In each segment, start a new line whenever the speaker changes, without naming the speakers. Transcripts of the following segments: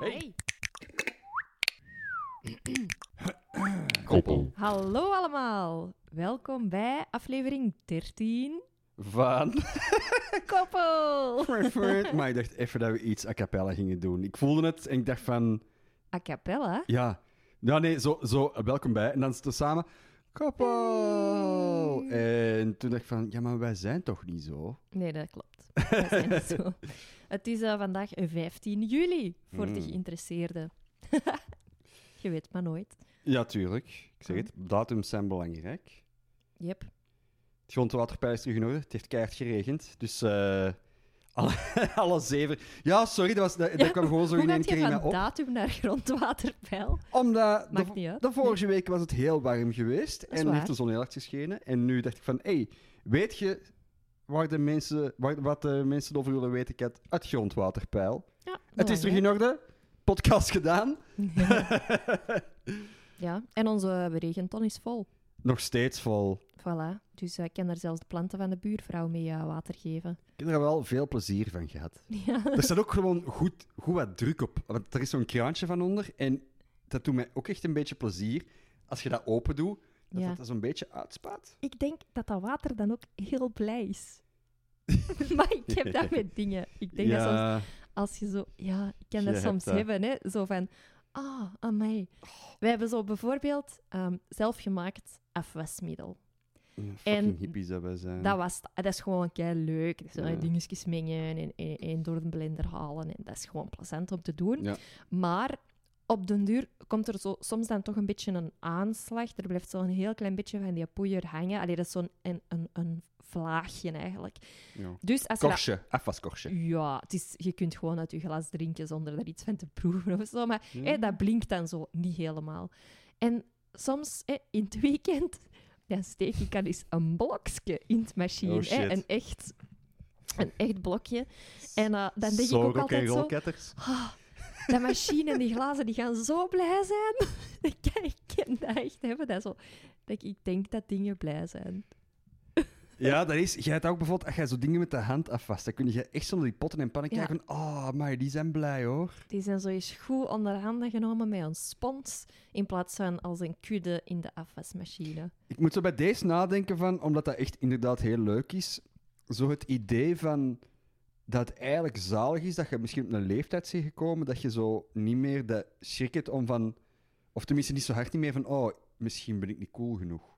Hey.
Koppel.
Hallo allemaal. Welkom bij aflevering 13.
Van.
Koppel.
Maar ik dacht even dat we iets a cappella gingen doen. Ik voelde het en ik dacht van,
A cappella.
ja. Ja, nee, zo, zo welkom bij. En dan zitten we samen. Koppel. En toen dacht ik van, ja, maar wij zijn toch niet zo?
Nee, dat klopt. Dat zijn niet zo. Het is eh, vandaag 15 juli voor de
Mm.
geïnteresseerden. Je weet maar nooit.
Ja, tuurlijk. Ik zeg het, datums zijn belangrijk.
Yep.
Het grondwaterpeil is terug in orde. Het heeft keihard geregend. Dus eh, alle, alle zeven... Ja, sorry, dat, was, dat, dat
Ja,
kwam gewoon zo
Hoe
in één
gaat
keer
je
in mij
van
op.
datum naar grondwaterpeil?
Omdat de,
Maakt niet uit.
de vorige week was het heel warm geweest
is
en
waar.
heeft de zon heel hard geschenen. En nu dacht ik van, hé, hey, weet je waar de mensen, waar- wat de mensen over willen weten, Kat? Het grondwaterpeil.
Ja,
Het is terug in orde. Podcast gedaan.
Ja, en onze regenton is vol.
Nog steeds vol.
Voilà. Dus eh, ik kan daar zelfs de planten van de buurvrouw mee eh, water geven.
Ik heb er wel veel plezier van gehad.
Ja.
Er staat ook gewoon goed, goed wat druk op. Want er is zo'n kraantje van onder en dat doet mij ook echt een beetje plezier. Als je dat open doet, dat
Ja.
dat dat zo'n beetje uitspaat.
Ik denk dat dat water dan ook heel blij is. maar ik heb dat met dingen. Ik denk dat soms, als je zo... Ja, ik kan
Je
dat
hebt
soms
dat. Oh.
hebben, hè. Zo van, ah, amai. We hebben zo bijvoorbeeld ehm, zelfgemaakt afwasmiddel.
en
en
hippies dat wij zijn.
Dat, was, Ah, dat is gewoon kei leuk. Dus
Ja.
eh, dingetjes mengen en, en, en door de blender halen. En dat is gewoon plezant om te doen.
Ja.
Maar op den duur komt er zo, soms dan toch een beetje een aanslag. Er blijft zo'n heel klein beetje van die poeier hangen. Allee, dat is zo'n een, een, een vlaagje eigenlijk.
Ja.
Dus als je dat-
Korsje, afwaskorstje.
ja, het is, je kunt gewoon uit je glas drinken zonder er iets van te proeven of zo. Maar
Ja.
hè, dat blinkt dan zo niet helemaal. En soms hè, in het weekend, dan steek ik al eens een blokje in het machine.
Oh,
hè,
shit.
een, echt, een echt blokje. En eh, dan denk
Zo
ik ook altijd zo...
rolketters.
"Ah, dat machine en die glazen die gaan zo blij zijn. ik kan dat echt hebben. Dat zo, dat ik denk dat dingen blij zijn.
Ja, dat is. Jij hebt ook bijvoorbeeld, als jij zo dingen met de hand afvast, dan kun je echt zonder die potten en pannen
Ja.
kijken. van, Oh, maar die zijn blij hoor.
Die zijn zo eens goed onder handen genomen met een spons, in plaats van als een kudde in de afwasmachine.
Ik moet zo bij deze nadenken van, omdat dat echt inderdaad heel leuk is. Zo het idee van dat het eigenlijk zalig is dat je misschien op een leeftijd bent gekomen dat je zo niet meer de schrik hebt om van, of tenminste niet zo hard niet meer van, oh, misschien ben ik niet cool genoeg.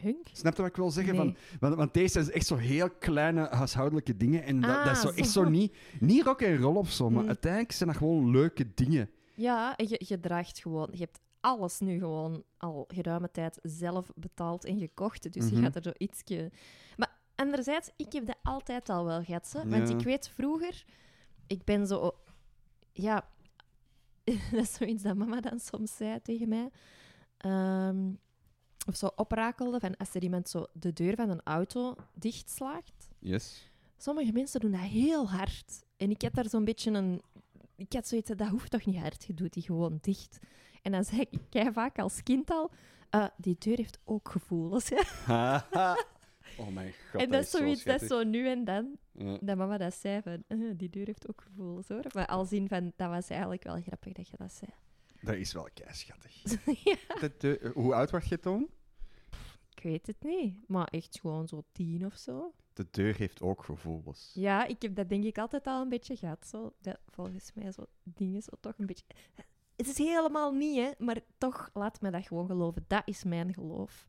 Hunk?
Snap je wat ik wil zeggen?
Nee.
Van, want, want deze zijn echt zo heel kleine huishoudelijke dingen. En dat,
Ah,
dat is zo echt
zo.
zo niet, niet rock en roll of zo. Maar
Mm.
uiteindelijk zijn dat gewoon leuke dingen.
Ja, en je, je draagt gewoon, je hebt alles nu gewoon al geruime tijd zelf betaald en gekocht. Dus
Mhm.
je gaat er zo ietsje. Maar anderzijds, ik heb dat altijd al wel gehad. hè. Want
Ja.
ik weet vroeger, ik ben zo. Ja, dat is zoiets dat mama dan soms zei tegen mij. Ehm, of zo oprakelde van als er iemand zo de deur van een auto dichtslaagt.
Yes.
Sommige mensen doen dat heel hard. En ik had daar zo'n beetje een... Ik had zoiets, dat hoeft toch niet hard, je doet die gewoon dicht. En dan zei ik kei vaak als kind al, eh, die deur heeft ook gevoelens. hè.
oh mijn god.
en dat is zoiets, dat is
schattig.
zo nu en dan,
Ja.
dat mama dat zei van, eh, die deur heeft ook gevoelens hoor. Maar al zien van, dat was eigenlijk wel grappig dat je dat zei.
Dat is wel kei schattig.
ja,
Dat, eh, hoe oud was je toen?
ik weet het niet, maar echt gewoon zo tien of zo.
De deur heeft ook gevoelens.
Ja, ik heb dat denk ik altijd al een beetje gehad. Zo. Dat, volgens mij zo dingen zo toch een beetje... Het is helemaal niet, hè. Maar toch, laat me dat gewoon geloven. Dat is mijn geloof.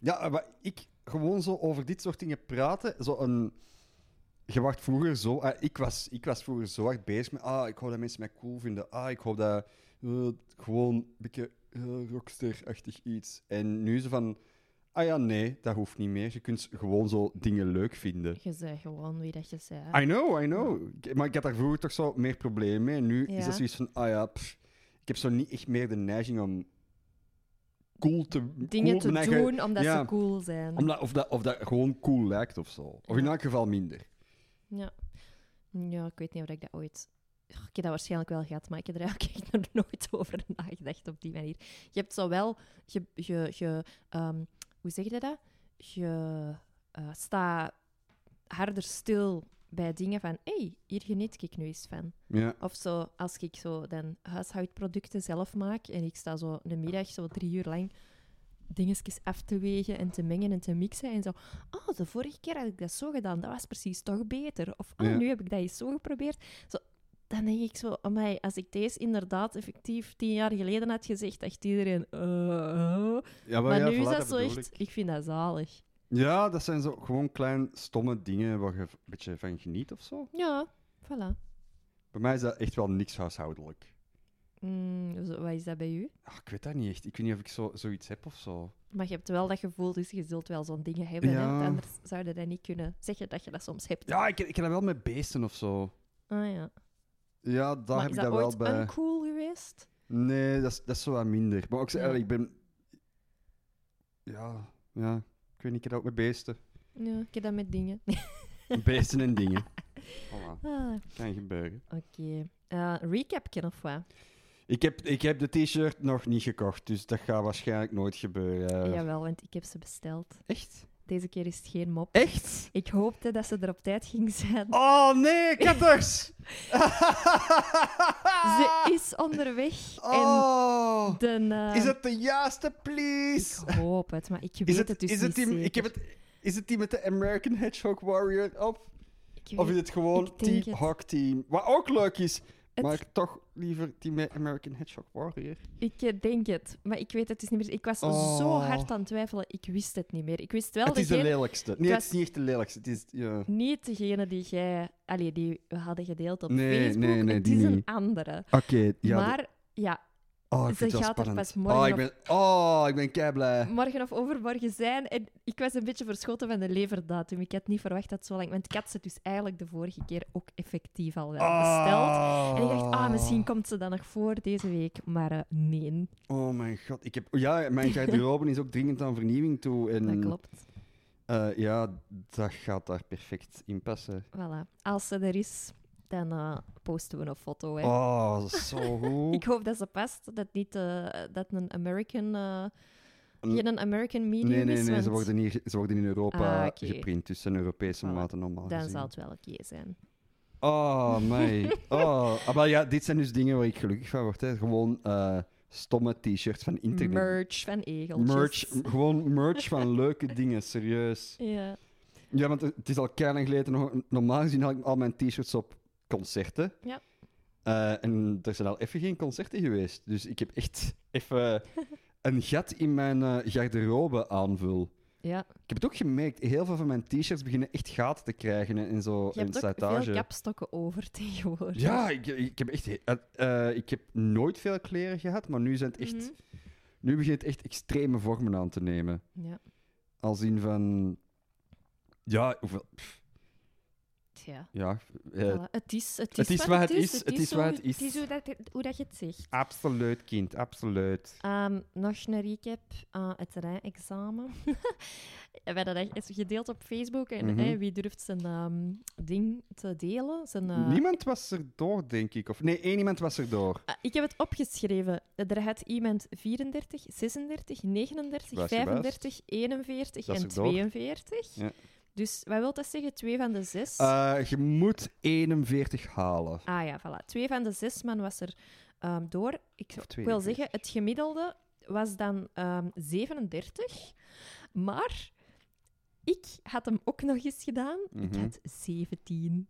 ja, maar ik gewoon zo over dit soort dingen praten, zo een... Je wacht vroeger zo... ah, ik, was, ik was vroeger zo hard bezig met... Ah, ik hoop dat mensen mij cool vinden. Ah, ik hoop dat... eh, gewoon een beetje eh, rockster-achtig iets. En nu zo van... Ah ja, nee, dat hoeft niet meer. Je kunt gewoon zo dingen leuk vinden.
Je zei gewoon wie dat je zei.
I know, I know. Ik- Maar ik had daar vroeger toch zo meer problemen mee. En nu is
Ja.
dat zoiets van... Ah ja, pff, ik heb zo niet echt meer de neiging om... Cool te,
Dingen
cool mijn
te
eigen-
doen omdat
ja.
ze cool zijn.
omdat, of, dat, of dat gewoon cool lijkt of zo. Of in
Ja.
elk geval minder.
Ja. ja, ik weet niet of ik dat ooit... Oh, Ik heb dat waarschijnlijk wel gehad, maar ik heb er eigenlijk echt nog nooit over nagedacht op die manier. Je hebt zo wel... Je, je, je, ehm, hoe zeg je dat? Je eh, staat harder stil bij dingen van, hé, hey, hier geniet ik nu eens van.
Ja.
Of zo, als ik zo dan huishoudproducten zelf maak en ik sta zo een middag, zo drie uur lang, dingetjes af te wegen en te mengen en te mixen en zo. Oh, de vorige keer had ik dat zo gedaan, dat was precies toch beter. Of, oh,
Ja.
nu heb ik dat eens zo geprobeerd. Zo, dan denk ik zo, amai, als ik deze inderdaad effectief tien jaar geleden had gezegd, dacht iedereen, eh, eh.
Ja,
Maar
ja,
nu is
voilà,
dat zo
bedoel
echt,
ik.
ik vind dat zalig.
Ja, dat zijn zo gewoon klein stomme dingen waar je een beetje van geniet of zo.
Ja, voilà.
Bij mij is dat echt wel niks huishoudelijk.
Mm, zo, wat is dat bij u?
Ah, ik weet dat niet echt. Ik weet niet of ik zo, zoiets heb of zo.
Maar je hebt wel dat gevoel, dus je zult wel zo'n dingen hebben. hè?
Ja.
Want Anders zou je dat niet kunnen zeggen dat je dat soms hebt.
Ja, ik, ik heb dat wel met beesten of zo.
Ah, ja.
Ja, daar
maar
heb
is
ik
dat,
dat wel
ooit
bij.
uncool geweest?
Nee, dat is, dat is zo wat minder. Maar ook zo,
Ja.
eigenlijk, ik ben. Ja, ja. Ik weet niet, ik heb dat ook met beesten.
Ja, ik heb dat met dingen.
Beesten en dingen. Voilà,
Ah,
kan gebeuren.
Oké. Eh recapken of wat?
Ik heb, ik heb de t-shirt nog niet gekocht, dus dat gaat waarschijnlijk nooit gebeuren.
Jawel, want ik heb ze besteld.
Echt?
Deze keer is het geen mop.
Echt?
Ik hoopte dat ze er op tijd ging zijn.
Oh nee, katters! Ah!
Ze is onderweg.
Oh,
En de, eh,
is het de juiste, please?
Ik hoop het, maar ik weet
Is
het,
het,
dus
is het,
niet
die, ik heb
zeker.
het, is het die met de American Hedgehog Warrior op?
Ik weet-
Of is het gewoon
ik denk
Team
het.
Hawk Team? Wat ook leuk is,
Het-
maar ik toch liever die met American Hedgehog Warrior.
Ik eh, denk het, maar ik weet het dus niet meer. Ik was zo
Oh.
hard aan het twijfelen, ik wist het niet meer. Ik wist wel
het is de
degene,
lelijkste. Nee, het
was-
is niet echt de lelijkste. Het is, ja.
niet degene die jij, allee, die we hadden gedeeld op
Nee,
Facebook.
nee, nee,
het
die
is een
niet.
andere.
Oké,
maar ja,
Oh,
Ze
ik vind het wel
gaat er
spannend.
pas morgen
oh, ik
op-
ben, oh, ik ben kei blij.
morgen of overmorgen zijn. En ik was een beetje verschoten van de leverdatum. Ik had niet verwacht dat het zo lang. Want ik had ze dus eigenlijk de vorige keer ook effectief al wel
Ah.
besteld. En ik dacht,
Oh.
ah, misschien komt ze dan nog voor deze week. Maar eh, nee,
Oh mijn god, ik heb... Ja, mijn garderobe is ook dringend aan vernieuwing toe. En,
dat klopt.
eh, ja, dat gaat daar perfect in passen.
Voilà. Als ze er is, dan eh, posten we een foto. Hè.
Oh, dat is zo goed.
Ik hoop dat ze past, dat niet eh, dat een American, eh,
Een-
geen een American medium
nee, nee,
is.
nee, ze
want
worden, hier, ze worden in Europa
Ah, oké.
geprint, dus zijn Europese
Voilà.
maten normaal
Dan
gezien.
zal het wel oké zijn.
Oh, mij. Oh. Ah, maar ja, dit zijn dus dingen waar ik gelukkig van word. Hè. Gewoon eh, stomme t-shirts van internet.
Merch van egeltjes.
Merch, m- gewoon merch van leuke dingen, serieus.
Ja.
Ja, want het is al keihard geleden. nog- Normaal gezien had ik al mijn t-shirts op concerten.
Ja.
Eh, en er zijn al even geen concerten geweest. Dus ik heb echt even een gat in mijn eh, garderobe aanvul.
ja.
Ik heb het ook gemerkt, heel veel van mijn t-shirts beginnen echt gaten te krijgen en zo.
Je
en
hebt ook
Oh, slijtage.
veel kapstokken over tegenwoordig.
Ja, ik, ik heb echt. he- eh, eh, ik heb nooit veel kleren gehad, maar nu zijn het echt.
Mhm.
Nu begint het echt extreme vormen aan te nemen.
Ja.
Als in van. Ja, hoeveel,
Tja.
ja eh,
voilà. Het is, het is,
het is
wat
wat
het
het
is.
is, het is
hoe-
wat het is.
Het is hoe dat, hoe dat je het zegt.
absoluut, kind, absoluut.
Ehm, nog een recap aan het rijexamen. We hebben dat echt gedeeld op Facebook. En
Mhm.
eh, wie durft zijn ehm, ding te delen? Zijn, eh,
Niemand was erdoor, denk ik. Of nee, één iemand was erdoor.
Ah, ik heb het opgeschreven. Er had iemand 34, 36, 39,
Gebaas, gebaas.
35, 41
Dat is
en
er door.
42.
Ja.
Dus wat wil dat zeggen? Twee van de zes?
Eh, je moet 41 halen.
Ah ja, voilà. Twee van de zes man was er ehm, door. Ik
Of
wil
42.
zeggen, het gemiddelde was dan ehm, 37. Maar ik had hem ook nog eens gedaan. Ik
Mhm.
had 17.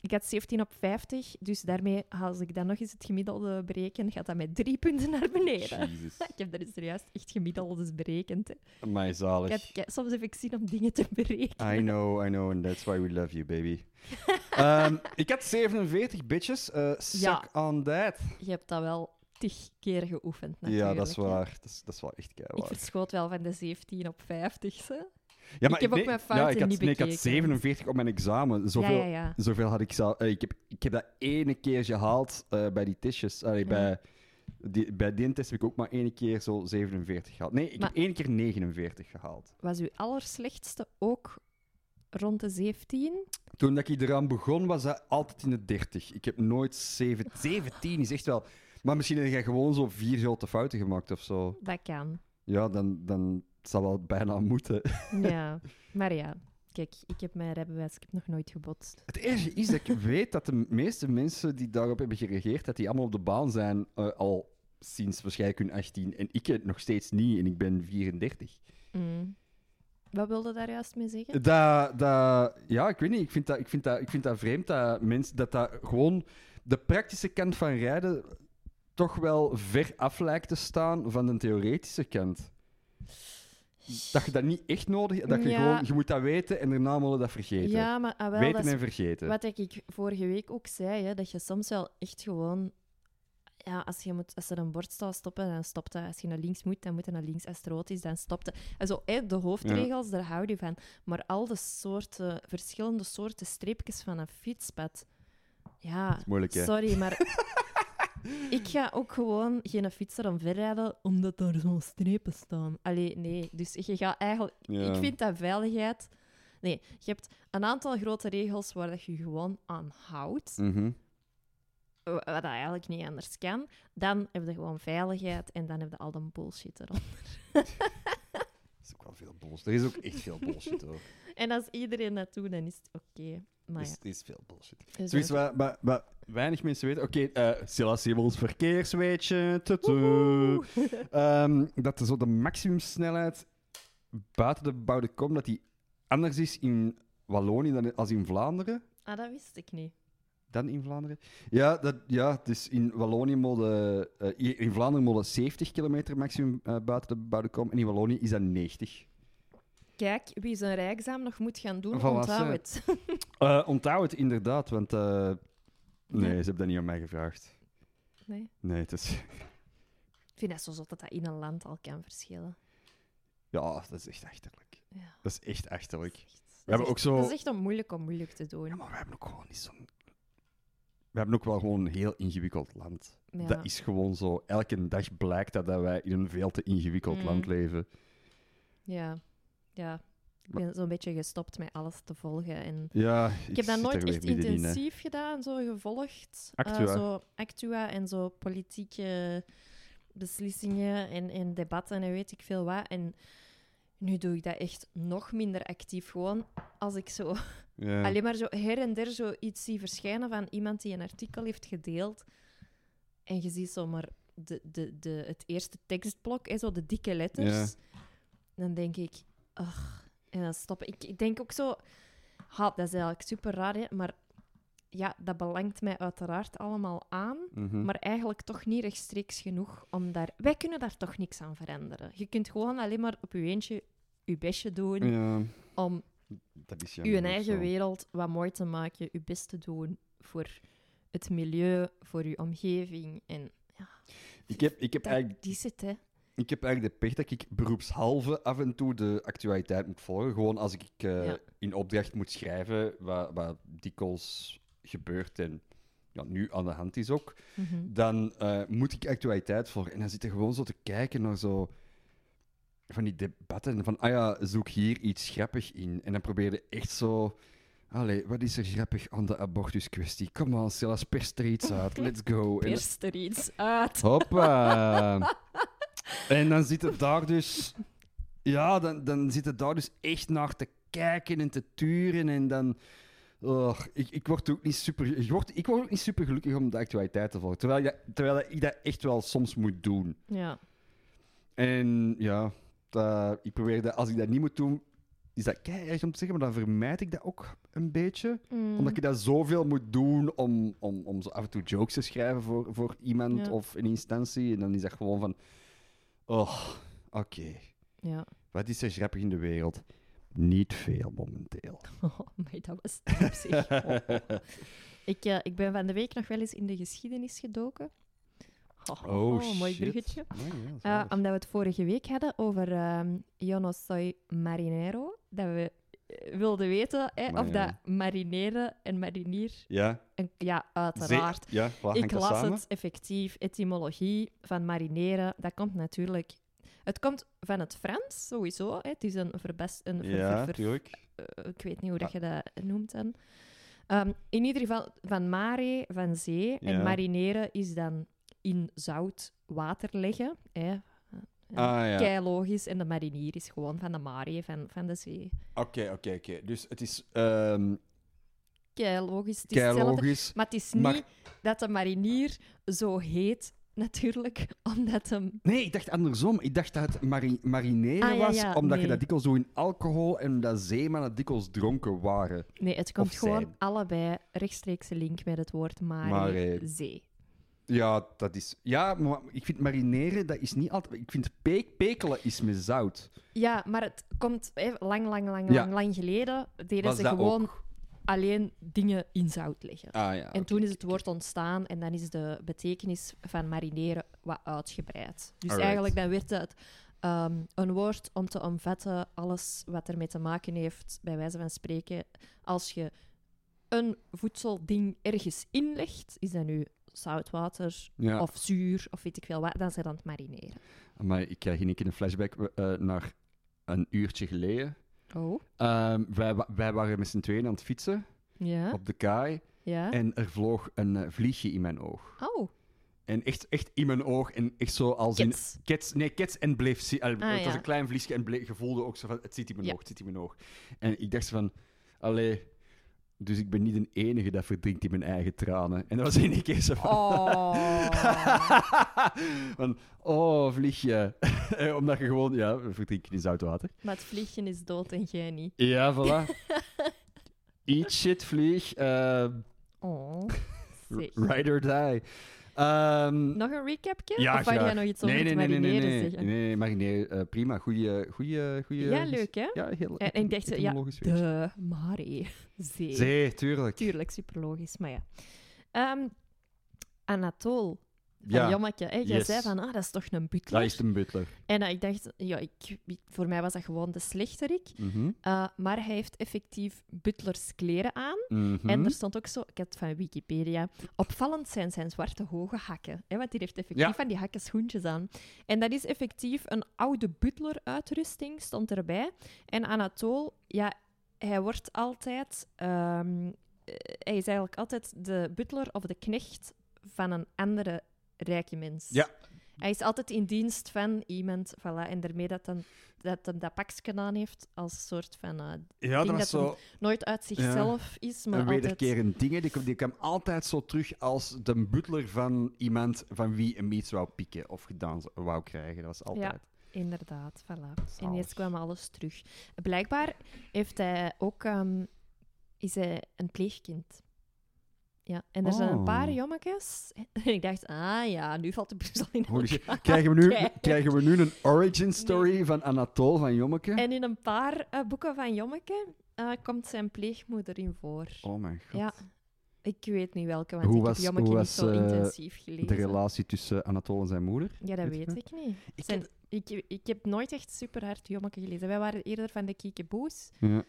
Ik had 17 op 50, dus daarmee, als ik dan nog eens het gemiddelde bereken, gaat dat met drie punten naar beneden.
Jezus.
Ik heb daar zojuist echt gemiddeldes berekend. hè.
Mijn
Ik
zalig.
had- ik- soms heb ik zin om dingen te berekenen.
I know, I know, and that's why we love you, baby. Ehm, ik had 47 bitches. eh suck
Ja.
on that.
Je hebt dat wel tig keer geoefend, natuurlijk.
Ja, dat is
hè.
waar. Dat is, dat is wel echt
Ik
keihard.
verschoot wel van de 17 op 50. Hè?
Ja,
ik heb ook mijn fouten
ja, ik had,
niet
nee, ik had
bekeken.
47 op mijn examen.
Ja,
Zoveel,
ja, ja.
zoveel had ik zelf... eh, ik, heb, ik heb dat ene keer gehaald eh, bij die testjes. Allee,
Ja.
bij, die, bij die test heb ik ook maar één keer zo 47 gehaald. Nee, ik
Maar-
heb één keer 49 gehaald.
Was uw allerslechtste ook rond de 17?
Toen dat ik eraan begon, was dat altijd in de 30. Ik heb nooit 7,
Oh.
17, is echt wel... Maar misschien heb jij gewoon zo vier grote fouten gemaakt of zo.
Dat kan.
Ja, dan, dan zal wel bijna moeten.
Ja, maar ja. Kijk, ik heb mijn rijbewijs, ik heb nog nooit gebotst.
Het ergste is dat ik weet dat de meeste mensen die daarop hebben gereageerd, dat die allemaal op de baan zijn eh, al sinds waarschijnlijk hun 18. En ik het nog steeds niet en ik ben 34.
Mm. Wat wilde daar juist mee zeggen?
Dat, dat, ja, ik weet niet. Ik vind dat, ik vind dat, ik vind dat vreemd dat mensen dat, dat gewoon de praktische kant van rijden toch wel ver af lijkt te staan van de theoretische kant. Dat je dat niet echt nodig hebt. Dat je
Ja.
gewoon, je moet dat weten en daarna moet je dat vergeten.
Ja, maar ah, wel, dat
weten
is
en vergeten.
wat ik vorige week ook zei, hè, dat je soms wel echt gewoon... Ja, als, je moet, als er een bord staat stoppen, dan stopt dat. Als je naar links moet, dan moet je naar links. Als het rood is, dan stopt dat. En zo, hè, de hoofdregels, daar hou je van. Maar al de soorten, verschillende soorten streepjes van een fietspad... Ja,
is moeilijk, hè?
sorry, maar... ik ga ook gewoon geen fietser omverrijden, omdat daar zo'n strepen staan. Allee, nee. Dus je gaat eigenlijk...
Ja.
Ik vind dat veiligheid... Nee, je hebt een aantal grote regels waar dat je gewoon aan houdt,
Mhm.
wa- wat dat eigenlijk niet anders kan. Dan heb je gewoon veiligheid en dan heb je al die bullshit erop.
Dat is ook wel veel bullshit. Er is ook echt veel bullshit, hoor.
En als iedereen dat doet, dan is het oké. Maar
Er
ja,
is, er is veel bullshit.
dus
Zoiets
dat-
waar, waar, waar weinig mensen weten. Oké, eh Silla Simmons, verkeersweetje. tutu.
Woehoe!
Ehm, dat de- zo de maximumsnelheid buiten de bouwde kom, dat die anders is in Wallonië dan als in Vlaanderen.
Ah, dat wist ik niet.
Dan in Vlaanderen? Ja, dat, ja dus in Wallonië mode, eh, in Vlaanderen mode 70 kilometer maximum eh, buiten de bouwde kom. En in Wallonië is dat 90.
Kijk, wie zijn rijexamen nog moet gaan doen,
Voilà,
onthoud
ze.
het.
Eh onthoud het inderdaad, want eh, nee, ze hebben dat niet aan mij gevraagd.
Nee.
Nee, het is,
Ik vind dat zo zot dat dat in een land al kan verschillen.
ja, dat is echt achterlijk.
Ja.
Dat is echt achterlijk.
Dat is echt- dat is
hebben
echt-
ook zo-
Dat is echt om moeilijk om moeilijk te doen.
Ja, maar we hebben ook gewoon niet zo'n. We hebben ook wel gewoon een heel ingewikkeld land.
Ja.
Dat is gewoon zo. Elke dag blijkt dat, dat wij in een veel te ingewikkeld
Mm.
land leven.
Ja, ja. Ik
Maar-
ben zo'n beetje gestopt met alles te volgen. En
Ja,
ik heb dat
zit
nooit
er weer
echt
middenin, hè.
intensief gedaan, zo gevolgd. Eh,
Actua.
zo actua en zo politieke beslissingen en, en debatten en weet ik veel wat. En nu doe ik dat echt nog minder actief. Gewoon als ik zo
Ja.
alleen maar zo her en der zo iets zie verschijnen van iemand die een artikel heeft gedeeld. En je ziet zomaar de, de, de, het eerste tekstblok, hè, zo de dikke letters. Dan denk ik, ach, en dan stop ik. Ik denk ook zo, ha, dat is eigenlijk super raar, hè, maar ja, dat belangt mij uiteraard allemaal aan.
Mhm.
Maar eigenlijk toch niet rechtstreeks genoeg om daar... Wij kunnen daar toch niks aan veranderen. Je kunt gewoon alleen maar op je eentje je bestje doen
ja,
om
dat is
uw
jammer of
eigen
zo.
wereld wat mooi te maken, uw best te doen voor het milieu, voor uw omgeving. En
Ik heb, ik, heb
dat,
eigenlijk,
die zit, hè.
ik heb eigenlijk de pech dat ik beroepshalve af en toe de actualiteit moet volgen. Gewoon als ik eh,
Ja.
in opdracht moet schrijven wat, wat dikwijls gebeurt en ja, nu aan de hand is ook.
Mhm.
dan eh, moet ik actualiteit volgen. En dan zit je gewoon zo te kijken naar zo van die debatten. Van, ah ja, zoek hier iets grappig in. En dan probeer je echt zo... Allee, wat is er grappig aan de abortuskwestie? Kom on, Silas, pers er iets uit. Let's go. En,
Eerst er iets uit.
hoppa. en dan zit het daar dus... Ja, dan, dan zit het daar dus echt naar te kijken en te turen. En dan... Oh, ik, ik, word ook niet super, ik, word, ik word ook niet super gelukkig om de actualiteit te volgen. Terwijl, je- terwijl ik dat echt wel soms moet doen.
Ja.
En ja, dat- ik probeer dat, als ik dat niet moet doen, is dat keihard om te zeggen, maar dan vermijd ik dat ook een beetje.
Mm. Mhm.
Omdat je dat zoveel moet doen om, om, om zo af en toe jokes te schrijven voor, voor iemand
Ja.
of een instantie. En dan is dat gewoon van, oh, oké.
Ja.
Wat is er grappig in de wereld? Niet veel momenteel.
Oh, maar dat was diep, zeg. Oh. Ik, eh, ik ben van de week nog wel eens in de geschiedenis gedoken. Oh, mooi
shit.
bruggetje.
Oh, ja,
Eh,
zalig.
omdat we het vorige week hadden over ehm Yo no soy marinero. Dat we eh, wilden weten hè,
Maar
of
ja.
dat marineren en marinier...
ja,
een- ja,
Ze-
uiteraard.
Ja, waar
Ik
hangt dat
las
samen?
het effectief, etymologie van marineren. Dat komt natuurlijk. Het komt van het Frans sowieso. Hè. Het is een verbest. Een ver-
Ja,
ver- ver-
tuurlijk. Ah.
eh, ik weet niet hoe dat je dat noemt dan. Ehm, in ieder geval van mare, van zee.
Ja.
En marineren is dan in zout water leggen. Hè.
Ah, ja.
Kei logisch. En de marinier is gewoon van de Marie van, van de zee.
Oké, oké, oké. Dus het is ehm
Kei logisch. Het is
kei
hetzelfde.
logisch.
Maar het is niet
Maar-
dat de marinier zo heet, natuurlijk, omdat hem...
Nee, ik dacht andersom. Ik dacht dat het mari- marineren
Ah, ja,
was,
ja,
omdat je
nee.
dat dikwijls doet in alcohol en dat zeemannen dikwijls dronken waren.
Nee, het komt
Of
gewoon
zijn.
allebei rechtstreekse link met het woord Marie,
Marie.
zee.
Ja, dat is... Ja, maar ik vind marineren, dat is niet altijd... Ik vind pek, pekelen is met zout.
Ja, maar het komt eh, lang, lang, lang,
Ja.
lang, lang geleden. Deden
Was
ze
dat
gewoon
ook?
alleen dingen in zout leggen.
Ah ja.
En toen is het woord ontstaan en dan is de betekenis van marineren wat uitgebreid. Dus
Alright.
eigenlijk dan werd het ehm, een woord om te omvatten alles wat ermee te maken heeft, bij wijze van spreken. Als je een voedselding ergens inlegt, is dat nu zoutwater
Ja.
of zuur of weet ik veel wat, dan zijn we aan het marineren.
Maar ik krijg in één keer een flashback eh, naar een uurtje geleden.
Oh,
Ehm, wij, wa- wij waren met z'n tweeën aan het fietsen
ja,
op de kaai.
ja.
En er vloog een eh, vliegje in mijn oog.
Oh,
En echt, echt in mijn oog. En echt zo als in...
kids.
Kets, nee, Kets en bleef zien. Eh,
Ah,
het was
ja.
een klein vliesje en bleef, je voelde ook zo van, het zit in mijn
Ja.
oog, het zit in mijn oog. En ik dacht zo van, allee, dus ik ben niet de enige dat verdrinkt in mijn eigen tranen. En dat was in één keer zo van...
Oh.
van, oh, vliegje. Eh, Omdat je gewoon, ja, we verdrinken in zout water.
maar het vliegje is dood en jij niet.
Ja, voilà. Eat shit, vlieg. eh,
Oh, zeg.
ride or die. Ehm,
Nog een recapje?
Ja,
of wou
graag.
jij nog iets over
nee,
het
nee, nee,
marineren
nee, nee, nee, nee,
zeggen?
nee, marineren, eh, prima. Goeie, goeie, goeie...
Ja, leuk hè?
Ja, heel
En ik dacht, ja,
etymologisch weer.
de Marie. Zee.
Zee, tuurlijk.
Tuurlijk, superlogisch, maar ja. Ehm Anatol. Van
Ja.
Jommeke, hè? Jij
Yes.
zei van, ah, dat is toch een butler?
Dat is een butler.
En eh, ik dacht, ja, ik, ik- voor mij was dat gewoon de slechterik.
Mhm.
Eh, maar hij heeft effectief butlerskleren aan.
Mhm.
En er stond ook zo, ik had het van Wikipedia, opvallend zijn zijn zwarte hoge hakken. Hè, want die heeft effectief
Ja.
van die hakken schoentjes aan. En dat is effectief een oude butler-uitrusting, stond erbij. En Anatol, ja, hij wordt altijd... ehm, eh, hij is eigenlijk altijd de butler of de knecht van een andere rijke mens.
Ja.
Hij is altijd in dienst van iemand, voilà. En daarmee dat dan, dat, hem dat pakje aan heeft als soort van... eh,
Ja, dat
denk
was
dat
zo
nooit uit zichzelf is, maar
een
altijd...
wederkerend ding. hè. Die kwam, die kwam altijd zo terug als de butler van iemand van wie een meets wou pikken of gedaan zou- wou krijgen. Dat was altijd.
Inderdaad, voilà. En
Zalig.
ineens kwam alles terug. Blijkbaar heeft hij ook, ehm, is hij een pleegkind. Ja, en er zijn een
Oh.
paar jommetjes. En ik dacht, ah ja, nu valt de puzzel in
Holy shit.
elkaar.
Krijgen, we nu,
Kijk.
krijgen we nu een origin story van Anatole van Jommeke?
En in een paar eh, boeken van Jommeke eh, komt zijn pleegmoeder in voor.
Oh mijn god.
ja, ik weet niet welke, want
Hoe
ik
was-
heb Jommeke
hoe
niet
was,
zo
eh,
intensief
De
gelezen.
relatie tussen Anatole en zijn moeder.
Ja, dat
Weet je
weet ik niet.
Ik
Zijn- ik, ik heb nooit echt super hard Jommeke gelezen. Wij waren eerder van de Kiekeboes.
Ja.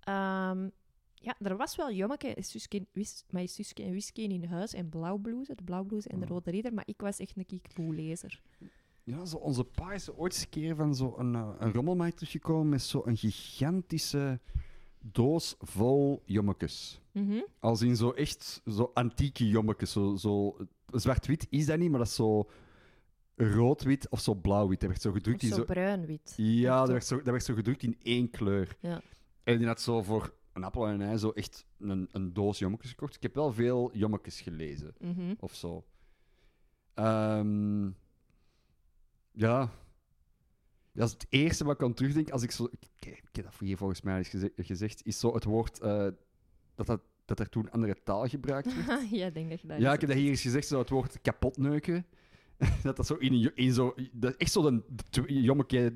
Ehm, ja, er was wel Jommeke, en Suske en Wis- maar Suske en Wiske in huis en Blauwblouse, de Blauwblouse en de
Oh.
Rode Ridder, maar ik was echt een kiekboelezer.
Ja, zo onze pa is ooit eens een keer van zo'n eh, een rommelmarkt teruggekomen met zo'n gigantische doos vol jommetjes.
Mhm.
Als in zo echt zo antieke jommetjes. Zo, zo, Zwart-wit is dat niet, maar dat is zo rood-wit of zo blauw-wit. Dat werd zo
Of
gedrukt in
zo
zo...
bruin-wit.
Ja,
Echt
dat werd zo, dat werd zo gedrukt in één kleur.
Ja.
En die had zo voor een appel en een ei zo echt een, een doos jommetjes gekocht. Ik heb wel veel jommetjes gelezen
Mhm.
of zo. Ehm, ja. Dat is het eerste wat ik aan terugdenk. Als ik zo. Ik, ik- ik heb dat voor je volgens mij eens geze- gezegd. Is zo het woord. eh, dat, dat, dat er toen andere taal gebruikt werd.
ja, ik denk dat je daar
ja,
is
ik heb
op.
dat hier eens gezegd. Zo het woord kapotneuken. dat dat zo in, een jo- in zo. Dat is echt zo'n tw- jommeke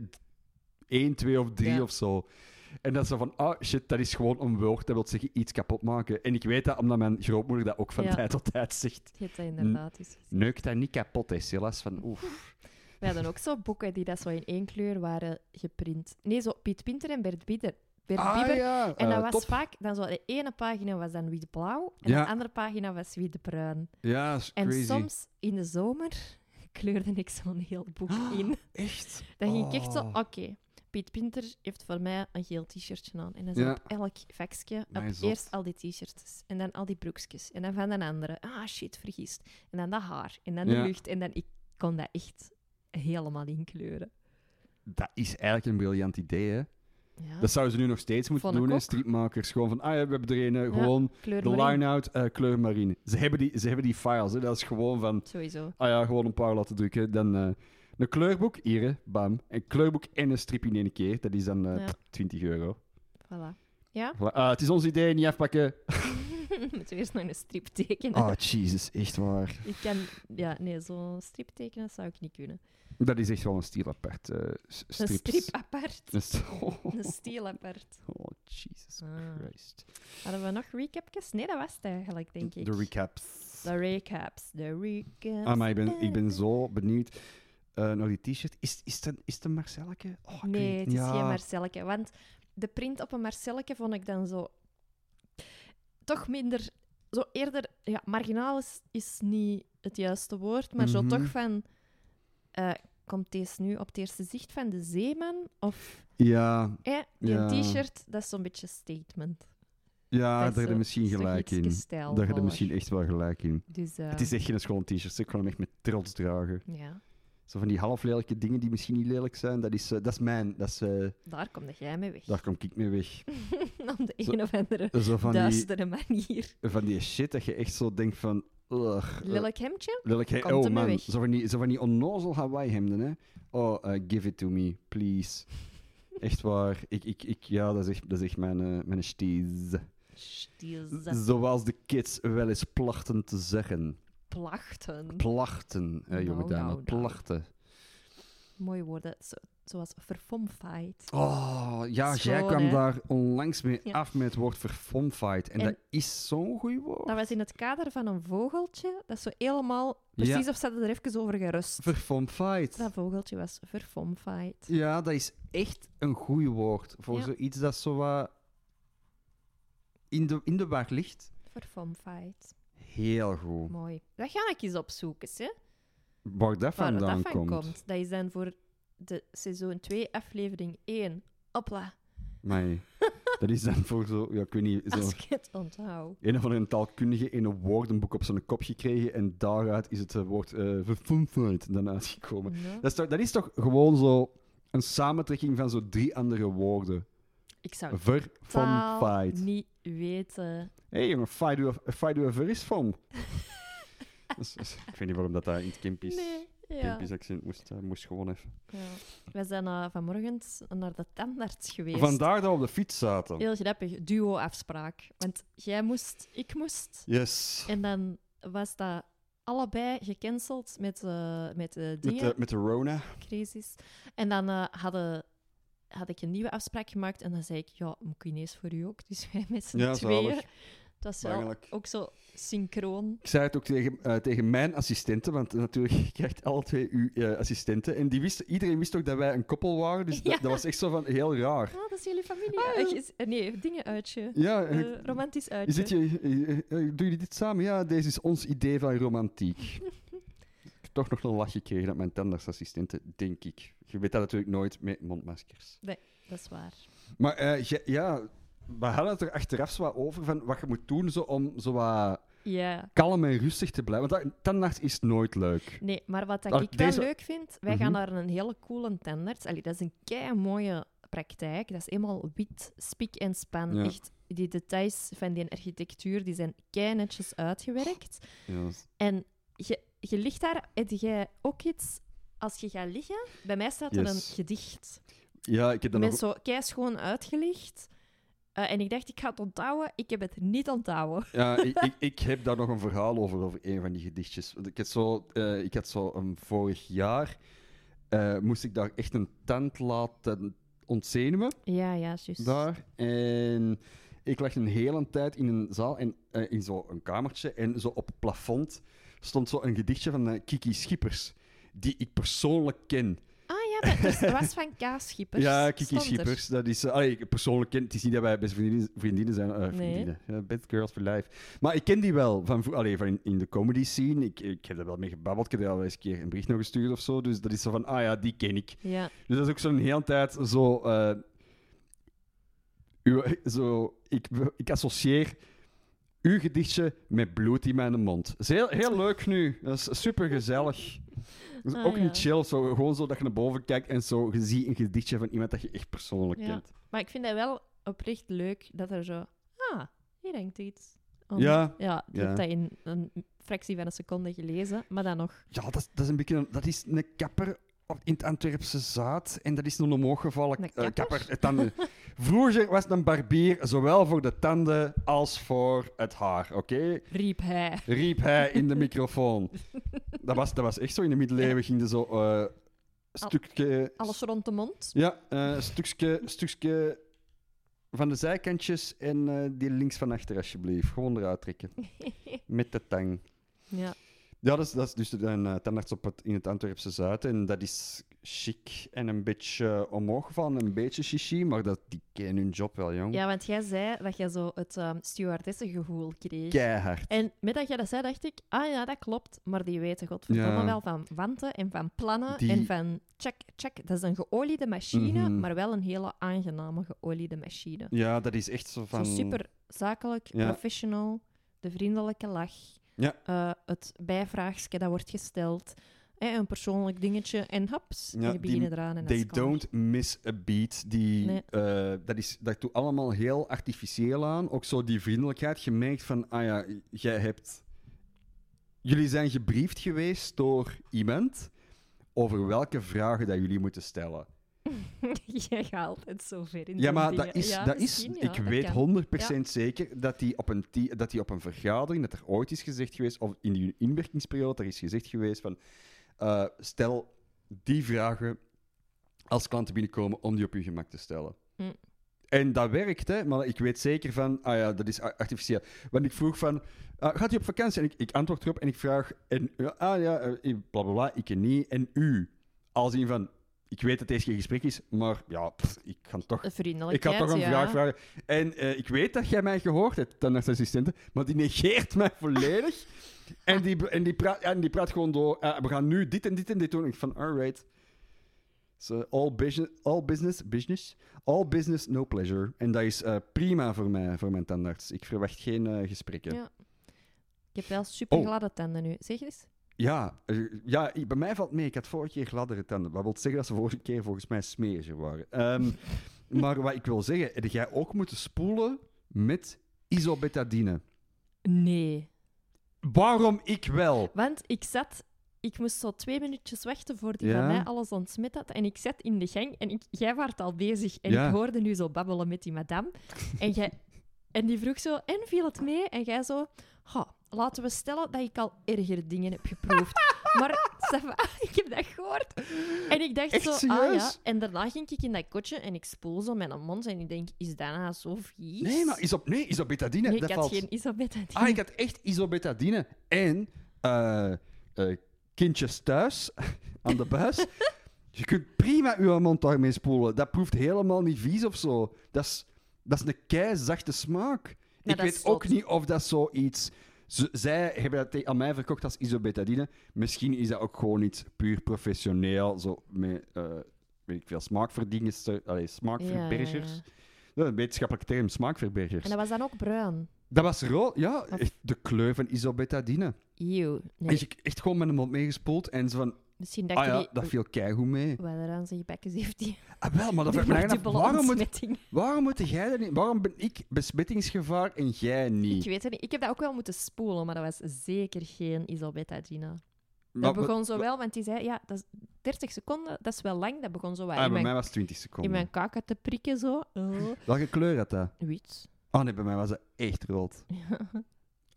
1, 2 of 3
Ja.
of zo. En dat is zo van, ah shit, dat is gewoon een woord. Dat wil zeggen iets kapot maken. En ik weet dat omdat mijn grootmoeder dat ook van
Ja.
tijd tot tijd zegt.
Je hebt dat inderdaad eens gezien.
Neuk dat niet kapot, hè, Silas. Van, oef.
We hadden ook zo boeken die dat zo in één kleur waren geprint. Nee, zo Piet Pinter en Bert Bieber. Bert Bieber.
ja.
En
eh,
dat was
top.
vaak, dan zo, de ene pagina was dan wit-blauw en
Ja.
de andere pagina was wit-bruin.
Ja, is
En
crazy.
soms in de zomer kleurde ik zo'n heel boek in.
Echt?
Dan ging ik echt zo,
Oh.
oké, Piet Pinter heeft voor mij een geel t-shirtje aan. En dan zijn
Ja.
op elk vakje, op
Mijn zot.
eerst al die t-shirts, en dan al die broekjes, en dan van de andere. Ah, shit, vergist. En dan dat haar, en dan de
Ja.
lucht, en dan ik kon dat echt... helemaal inkleuren.
Dat is eigenlijk een briljant idee, hè?
Ja,
Dat zouden ze nu nog steeds moeten
Vond ik
doen, hè?
ook.
Streetmakers. Gewoon van, ah ja, we hebben er een, eh,
Ja.
gewoon
kleur
de
maar in.
line-out, eh, kleur marine. Ze hebben, die, ze hebben die files, hè? Dat is gewoon van,
Sowieso.
ah ja, gewoon een paar laten drukken. Dan eh, een kleurboek, hier, hè, bam. Een kleurboek en een strip in één keer. Dat is dan eh,
Ja.
20 euro.
Voilà.
Voilà. Ah, het is ons idee, niet afpakken.
Moeten we eerst nog een strip tekenen.
Ah, Jesus, echt waar.
Ik kan... Ja, nee, zo'n strip tekenen zou ik niet kunnen.
Dat is echt wel een stil apart. eh, s-
Een
strips.
strip apart.
Een st- Oh,
Een stiel apart.
oh, Jesus
Ah.
Christ.
Hadden we nog recapjes? Nee, dat was het eigenlijk, denk ik.
De recaps.
De recaps. De recaps.
Ah, maar ik ben, ik ben zo benieuwd eh, naar die t-shirt. Is, is, het een, is het een Marcelleke? Oh, ik
Nee,
weet-
het is
ja.
geen Marcelleke. Want de print op een Marcelleke vond ik dan zo... Toch minder... Zo eerder... Ja, marginaal is, is niet het juiste woord, maar
Mhm.
zo toch van... eh, komt deze nu op het eerste zicht van de zeeman? Of
Ja,
eh, die
Ja.
t-shirt, dat is zo'n beetje statement.
ja
Dat
daar
is
heb je
zo-
misschien
is toch
gelijk
ietske
in. Daar heb je
stijlvoller.
misschien echt wel gelijk in.
Dus, eh,
Het is echt geen schoon t-shirt. Ik kan hem echt met trots dragen.
Ja,
Zo van die half lelijke dingen die misschien niet lelijk zijn. Dat is, eh, dat is mijn. Dat is, eh,
daar kom jij mee weg.
daar kom ik mee weg.
Om de
Zo-
een of andere
Zo van die,
duistere manier.
van die shit dat je echt zo denkt van... Ugh, eh,
Lelijk hemdje?
Lelijk he-
Komt
oh
er mee
man,
weg.
zo van, die, zo van die onnozel Hawaii hemden, hè. Oh, eh, give it to me, please. Echt waar. Ik, ik, ik, ja, dat is echt, dat is echt mijn, eh, mijn steez. eh,
Stielze
Zoals de kids wel eens plachten te zeggen.
plachten.
Plachten, hè, jonge
Nou,
dame.
nou, nou.
Plachten.
Mooie woorden, zo- zoals verfomfight.
Oh, ja,
Schoon,
jij kwam
hè?
daar onlangs mee
Ja.
af met het woord verfomfight. En,
En- Nou,
dat is zo'n goed woord.
Dat was in het kader van een vogeltje. Dat zo helemaal... Precies of ze hadden er even over gerust.
Verfomfight.
Dat vogeltje was verfomfight.
Ja, dat is echt een goed woord voor
Ja.
zoiets dat zo wat in de, in de war ligt.
Verfomfight.
Heel goed.
Mooi. Dat ga ik eens opzoeken, hè.
Waar dat
Waar
vandaan
dat van
komt.
komt. Dat is dan voor de seizoen 2, aflevering 1. Hopla,
Maar dat is dan voor zo, ja, ik weet niet, zo
als ik het onthoud.
een of andere taalkundige in een woordenboek op zijn kop gekregen en daaruit is het eh, woord eh verfomfight dan uitgekomen.
Ja.
Dat is, toch, dat is toch gewoon zo een samentrekking van zo drie andere woorden.
Ik zou het totaal
Verfomfight.
niet weten.
Hé hey, jongen, fight u a- fight u a ver is van. Dus- dus ik weet niet waarom dat daar in het camp is.
Nee, ja.
Campisch accent moest, eh, moest gewoon even.
Ja. We zijn eh, vanmorgen naar de tandarts geweest.
Vandaar dat we op de fiets zaten.
Heel grappig, duo-afspraak. Want jij moest, ik moest.
Yes.
En dan was dat allebei gecanceld met, eh met de
Met de,
dingen,
met de Rona.
crisis. En dan eh, hadden, had ik een nieuwe afspraak gemaakt. En dan zei ik, ja, moet ik ineens voor u ook. Dus wij met z'n
Ja,
tweeën.
zalig.
Het was wel
Eigenlijk.
ook zo synchroon.
Ik zei het ook tegen, eh, tegen mijn assistenten, want natuurlijk je krijgt alle twee uw eh, assistenten. En die wist, iedereen wist ook dat wij een koppel waren, dus dat,
Ja.
dat was echt zo van heel raar.
Ah, dat is jullie familie.
Ah, ja.
Eh, is- eh, nee, dingen uitje.
Ja, en
Eh
ik-
romantisch uitje.
is dit je, eh, eh, doen jullie dit samen? Ja, deze is ons idee van romantiek. ik heb toch nog een lach gekregen uit mijn tandartsassistenten, denk ik. Je weet dat natuurlijk nooit met mondmaskers.
Dat is waar.
Maar eh, je- ja, we hadden het er achteraf zo wat over van wat je moet doen zo om zo wat
Ja.
kalm en rustig te blijven. Want dat- tandarts is nooit leuk.
Nee, maar wat dat
Ah,
ik
deze-
wel leuk vind, wij gaan
Mhm.
naar een hele coole tandarts. Allee, dat is een kei mooie praktijk. Dat is eenmaal wit, spik en span.
Ja.
Echt, die details van die architectuur die zijn kei netjes uitgewerkt. En je, je ligt daar, heb jij ook iets als je gaat liggen? Bij mij staat er
Yes.
een gedicht.
Ja, ik heb dan
Met
nog...
zo kei schoon uitgelicht. Eh, en ik dacht, ik ga het onthouden. Ik heb het niet onthouden.
Ja, ik, ik, ik heb daar nog een verhaal over, over een van die gedichtjes. Want Ik had zo, eh, ik had zo een vorig jaar, eh, moest ik daar echt een tand laten ontzenuwen.
Ja, ja, juist.
daar. En ik lag een hele tijd in een zaal, en, eh, in zo'n kamertje. En zo op het plafond stond zo een gedichtje van eh, Kiki Schippers. Die ik persoonlijk ken.
Ah ja, dat, dus, dat was van Kaas Schippers.
ja, Kiki
Stond er.
Schippers. Dat is, eh, allee, ik persoonlijk ken. Het is niet dat wij best vriendinnen, vriendinnen zijn. eh vriendinnen. Eh, bad girls for life. Maar ik ken die wel. Van, vro- allee, van in, in de comedy scene. Ik, ik heb daar wel mee gebabbeld. Ik heb er al eens een keer een bericht nog gestuurd of zo. Dus dat is zo van, ah ja, die ken ik.
Ja.
Dus dat is ook zo'n hele tijd zo. eh, uw, zo ik, ik associeer uw gedichtje met bloed in mijn mond. Dat is heel, heel leuk nu. Dat is super gezellig. Dus
Ah,
ook
ja.
niet chill, zo, gewoon zo dat je naar boven kijkt en zo, je ziet een gedichtje van iemand dat je echt persoonlijk
Ja.
kent.
Maar ik vind dat wel oprecht leuk dat er zo... Ah, hier hangt iets. Om-
Ja.
Ja, je
Ja.
hebt dat in een fractie van een seconde gelezen, maar dan nog...
Ja, dat, is- dat is een beetje een, dat is een kapper op- in het Antwerpse zaad en dat is nog omhoog gevallen.
Een
eh,
kapper?
het tanden. Vroeger was het een barbier, zowel voor de tanden als voor het haar, oké?
Riep hij.
Riep hij in de microfoon. Dat was, dat was echt zo. In de middeleeuwen ging er zo eh stukje...
Alles rond de mond.
Ja, eh stukje, stukje van de zijkantjes en eh, die links van achter, alsjeblieft. Gewoon eruit trekken. Met de tang.
Ja.
Ja, dat is, dat is dus een eh, tandarts op het, in het Antwerpse Zuid. En dat is chic en een beetje eh, omhoog van, een beetje chichi, maar dat, die kennen hun job wel, jong.
ja, want jij zei dat jij zo het ehm stewardessengevoel kreeg.
Keihard.
En met dat jij dat zei, dacht ik, ah ja, dat klopt. Maar die weten godverdomme
Ja.
wel van wanten en van plannen
Die-
en van check, check. Dat is een geoliede machine,
Mhm.
maar wel een hele aangename geoliede machine.
Ja, dat is echt zo van...
Zo super zakelijk,
Ja.
professional, de vriendelijke lach,
Ja.
eh, het bijvraagje dat wordt gesteld, eh, een persoonlijk dingetje en hops,
Ja,
we beginnen
die-
eraan. En dat
They
is klaar.
don't miss a beat. Die,
Nee.
eh, dat, is, dat doet allemaal heel artificieel aan. Ook zo die vriendelijkheid. Je merkt van, ah ja, jij hebt... Jullie zijn gebriefd geweest door iemand over welke vragen dat jullie moeten stellen.
Jij gaat altijd zo ver in
Ja,
zo'n
maar
dingen.
dat is,
Ja,
dat is
misschien, ja,
ik
dat
weet
kan.
100% zeker dat die, op een ti- dat die op een vergadering, dat er ooit is gezegd geweest, of in die inwerkingsperiode, er is gezegd geweest van, eh, stel die vragen als klanten binnenkomen om die op hun gemak te stellen.
Mm.
En dat werkt, hè, maar ik weet zeker van, ah ja, dat is a- artificieel. Want ik vroeg van, ah, gaat u op vakantie? En ik, ik antwoord erop en ik vraag, en, ja, ah ja, eh, bla bla bla, ik en niet, en u. Als in van, ik weet dat deze geen gesprek is, maar ja, pff, ik ga toch
Een
ik
Vriendelijkheid,
had toch een
ja.
vraag vragen. En eh, ik weet dat jij mij gehoord hebt, tandartsassistente, maar die negeert mij volledig. en, die, en, die praat, en die praat gewoon door. eh, we gaan nu dit en dit en dit doen. En ik van, alright. So, all, business, all business, business, all business, no pleasure. En dat is eh, prima voor mij, voor mijn tandarts. Ik verwacht geen eh, gesprekken.
Ja.
Ja,
Ik heb wel super gladde tanden nu. Zeg eens.
eh, ja, ik- bij mij valt mee. Ik had vorige keer gladdere tanden. Wat wil zeggen dat ze vorige keer volgens mij smeriger waren. Ehm, maar wat ik wil zeggen, heb jij ook moeten spoelen met isobetadine?
Nee.
Waarom ik wel?
Want ik zat... Ik moest zo twee minuutjes wachten voor die
Ja.
van mij alles ontsmet had. En ik zat in de gang en ik, jij waart al bezig. En
Ja.
ik hoorde nu zo babbelen met die madame. En, jij, en die vroeg zo, en viel het mee? En jij zo, "Ha, laten we stellen dat ik al erger dingen heb geproefd. maar ça va, ik heb dat gehoord. En ik dacht
Echt
zo, ah ja.
serieus?
En daarna ging ik in dat kotje en ik spoel zo mijn mond. En ik denk, is dat nou zo vies?
Nee, maar isop, nee, isobetadine.
Nee,
dat
ik had
valt...
geen Isabelle.
Ah, ik had echt isobetadine. En eh, eh, kindjes thuis aan de buis. je kunt prima uw mond daarmee spoelen. Dat proeft helemaal niet vies of zo. Dat is, dat is een keizachte smaak. ik
dat
weet
is
ook
zot.
niet of dat zoiets... Z- Zij hebben dat te- aan mij verkocht als isobetadine. Misschien is dat ook gewoon iets puur professioneel. Zo met, eh, weet ik veel, smaakverdingers, allee, smaakverbergers. Dat is een wetenschappelijke term, smaakverbergers.
En dat was dan ook bruin.
Dat was rood, ja. Echt de kleur van isobetadine.
Eeuw.
En
Nee.
je echt gewoon met een mond meegespoeld en zo van...
Misschien dacht
Ah ja,
jullie...
dat viel keigoed mee.
Wat er aan zijn bekkens heeft die,
Ah wel, maar dat
die
vraag ik me eigenlijk af,
dubbele
waarom, moet,
ontsmetting.
waarom moet jij dat niet... Waarom ben ik besmettingsgevaar en jij
Ik
niet?
weet het niet. Ik heb dat ook wel moeten spoelen, maar dat was zeker geen isobetadine.
Maar-
Dat begon zo wel, want die zei, ja, dat is 30 seconden, dat is wel lang. Dat begon zo wel
Ah,
in,
bij mij
mijn,
was het 20
in
seconden.
mijn kaken te prikken, zo. Oh,
Welke kleur had dat?
wit.
Oh nee, bij mij was dat echt rood.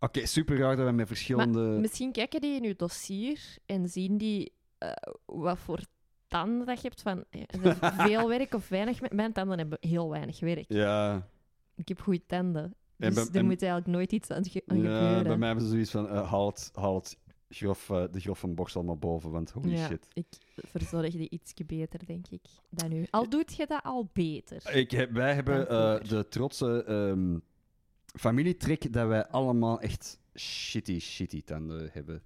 Oké, super raar dat we met verschillende...
Misschien kijken die in je dossier en zien die eh, wat voor tanden dat je hebt. Van, eh, is er veel werk of weinig? Mijn tanden hebben heel weinig werk.
Ja,
Ik heb goede tanden.
En
Dus
bij-
er
en-
moet eigenlijk nooit iets aan, ge- aan
ja
gebeuren.
bij mij hebben ze zoiets van... eh, haal het, haal het grof, eh, de grof van borstel maar boven, want holy
Ja,
shit.
ik verzorg die ietsje beter, denk ik, dan nu. Al doet je dat al beter.
Ik heb, wij hebben
Dan vroeger.
eh, de trotse ehm familietrek dat wij allemaal echt shitty, shitty tanden hebben.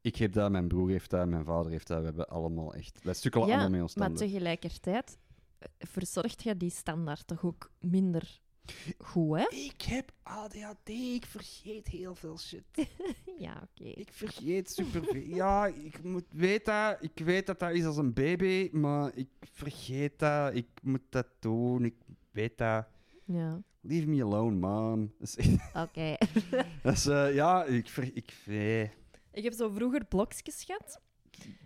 Ik heb dat, mijn broer heeft dat, mijn vader heeft dat. We hebben allemaal echt... Wij stukkelen
Ja,
allemaal mee ons
Maar
tanden.
tegelijkertijd eh, verzorgt je die standaard toch ook minder Goed, hè?
Ik heb ADHD, ik vergeet heel veel shit.
Ja, oké.
Ik vergeet superveel. ja, ik moet, weet dat. Ik weet dat dat is als een baby, maar ik vergeet dat. Ik moet dat doen. Ik weet dat.
Ja,
Leave me alone, mom. Dat is,
oké.
dat is, eh, ja, ik ver, ik, eh,
ik heb zo vroeger blokjes gehad.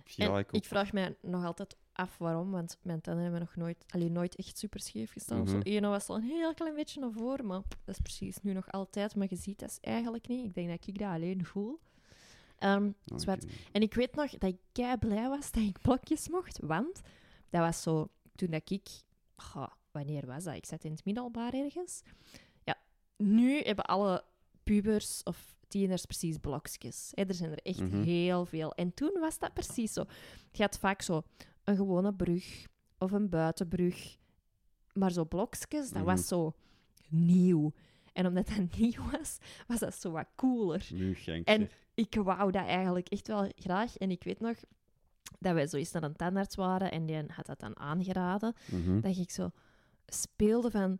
ja,
en
ik,
ik,
ook.
vraag mij nog altijd af waarom, want mijn tanden hebben nog nooit, alleen nooit echt super scheef gestaan. of
Mhm.
zo. Ene was al een heel klein beetje naar voren, maar dat is precies nu nog altijd. Maar je ziet dat is eigenlijk niet. Ik denk dat ik dat alleen voel. Ehm,
Oh, ik
zwart.
weet niet.
En ik weet nog dat ik kei blij was dat ik blokjes mocht, want dat was zo toen dat ik. Goh, wanneer was dat? Ik zat in het middelbaar ergens. Ja, nu hebben alle pubers of tieners precies blokjes. Hè, er zijn er echt
Mhm.
heel veel. En toen was dat precies zo. Je had vaak zo een gewone brug of een buitenbrug. Maar zo blokjes, dat
Mhm.
was zo nieuw. En omdat dat nieuw was, was dat zo wat cooler
Nu Genk.
En- ik wou dat eigenlijk echt wel graag. En ik weet nog dat wij zo eens naar een tandarts waren en die had dat dan aangeraden.
Mhm.
Dat ik zo speelde van,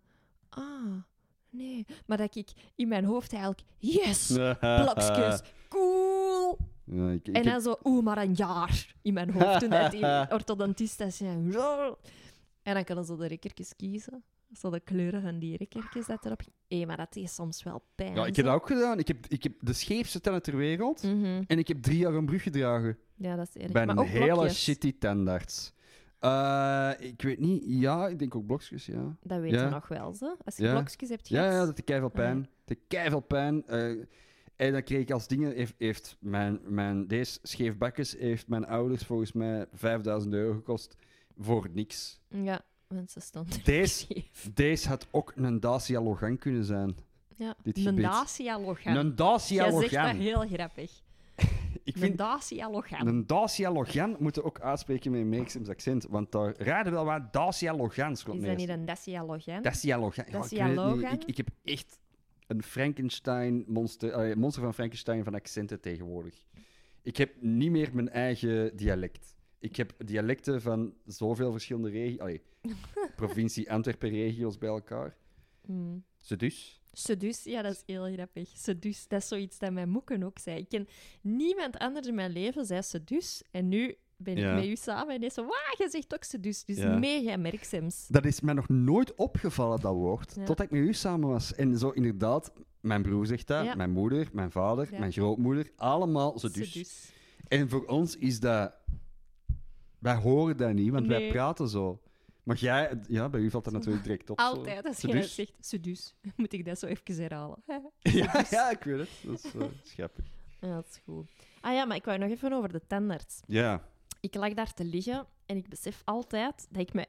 ah, nee. Maar dat ik in mijn hoofd eigenlijk, yes, blokjes, cool.
Ja, ik,
En
ik heb-
dan zo, oeh, maar een jaar in mijn hoofd. Toen dat die orthodontist dat zei, "Zo." En dan kunnen ze de rekkertjes kiezen. Zo de kleuren van die rekkertjes dat erop... Hé, maar dat is soms wel pijn.
ja, ik heb
zo.
dat ook gedaan. Ik heb, ik heb de scheefste tanden ter wereld.
Mhm.
En ik heb drie jaar een brug gedragen.
Ja, dat is erg.
Bij
maar
een
ook
hele
blokjes.
shitty tandarts. Eh, ik weet niet. Ja, ik denk ook blokjes, ja.
Dat weten
Ja.
we nog wel, zo. Als je
Ja.
blokjes hebt
Ja,
gehad.
ja, dat is keiveel
Ah, ja.
pijn. Dat is keiveel pijn. eh, en dan kreeg ik als dingen... Heeft, heeft mijn, mijn, deze scheefbakkes heeft mijn ouders volgens mij 5000 euro gekost voor niks.
Ja, want ze stond er
Deze-
scheef.
Deze had ook een Dacia Logan kunnen zijn.
Ja.
dit
Een
gebied.
Dacia Logan.
Een Dacia
Jij zegt dat
Logan.
heel grappig.
Ik
Een
vind
Dacia Logan.
Een Dacia Logan moeten ook uitspreken met een Meexims accent, want daar raden wel wat Dacia Logans rond
Is dat niet een Dacia Logan?
Dacia Logan. Ja,
Dacia
ik, weet het niet.
Logan?
Ik, ik heb echt een Frankenstein monster, eh, monster van Frankenstein van accenten tegenwoordig. Ik heb niet meer mijn eigen dialect. Ik heb dialecten van zoveel verschillende regio's, provincie Antwerpen regio's bij elkaar.
Hmm.
Ze dus.
Sedus, ja, dat is heel grappig. Sedus, dat is zoiets dat mijn moeken ook zei. Ik ken niemand anders in mijn leven zei sedus. En nu ben ik
Ja.
met u samen en die is zo, wauw, je zegt ook sedus. Dus
Ja.
mega merksems.
Dat is mij nog nooit opgevallen, dat woord.
Ja.
Totdat ik met u samen was. En zo inderdaad, mijn broer zegt dat,
Ja.
mijn moeder, mijn vader,
Ja.
mijn grootmoeder, allemaal ze dus.
Sedus.
En voor ons is dat... Wij horen dat niet, want wij
Nee.
praten zo. Maar jij, ja, bij u valt dat natuurlijk direct op. zo.
Altijd als
Ze
jij
dus.
zegt sedus, moet ik dat zo even herhalen.
Ja, ja, ik weet het. Dat is eh, scheppig.
Ja, dat is goed. Ah ja, maar ik wou nog even over de tandarts.
Ja.
Ik lag daar te liggen en ik besef altijd dat ik me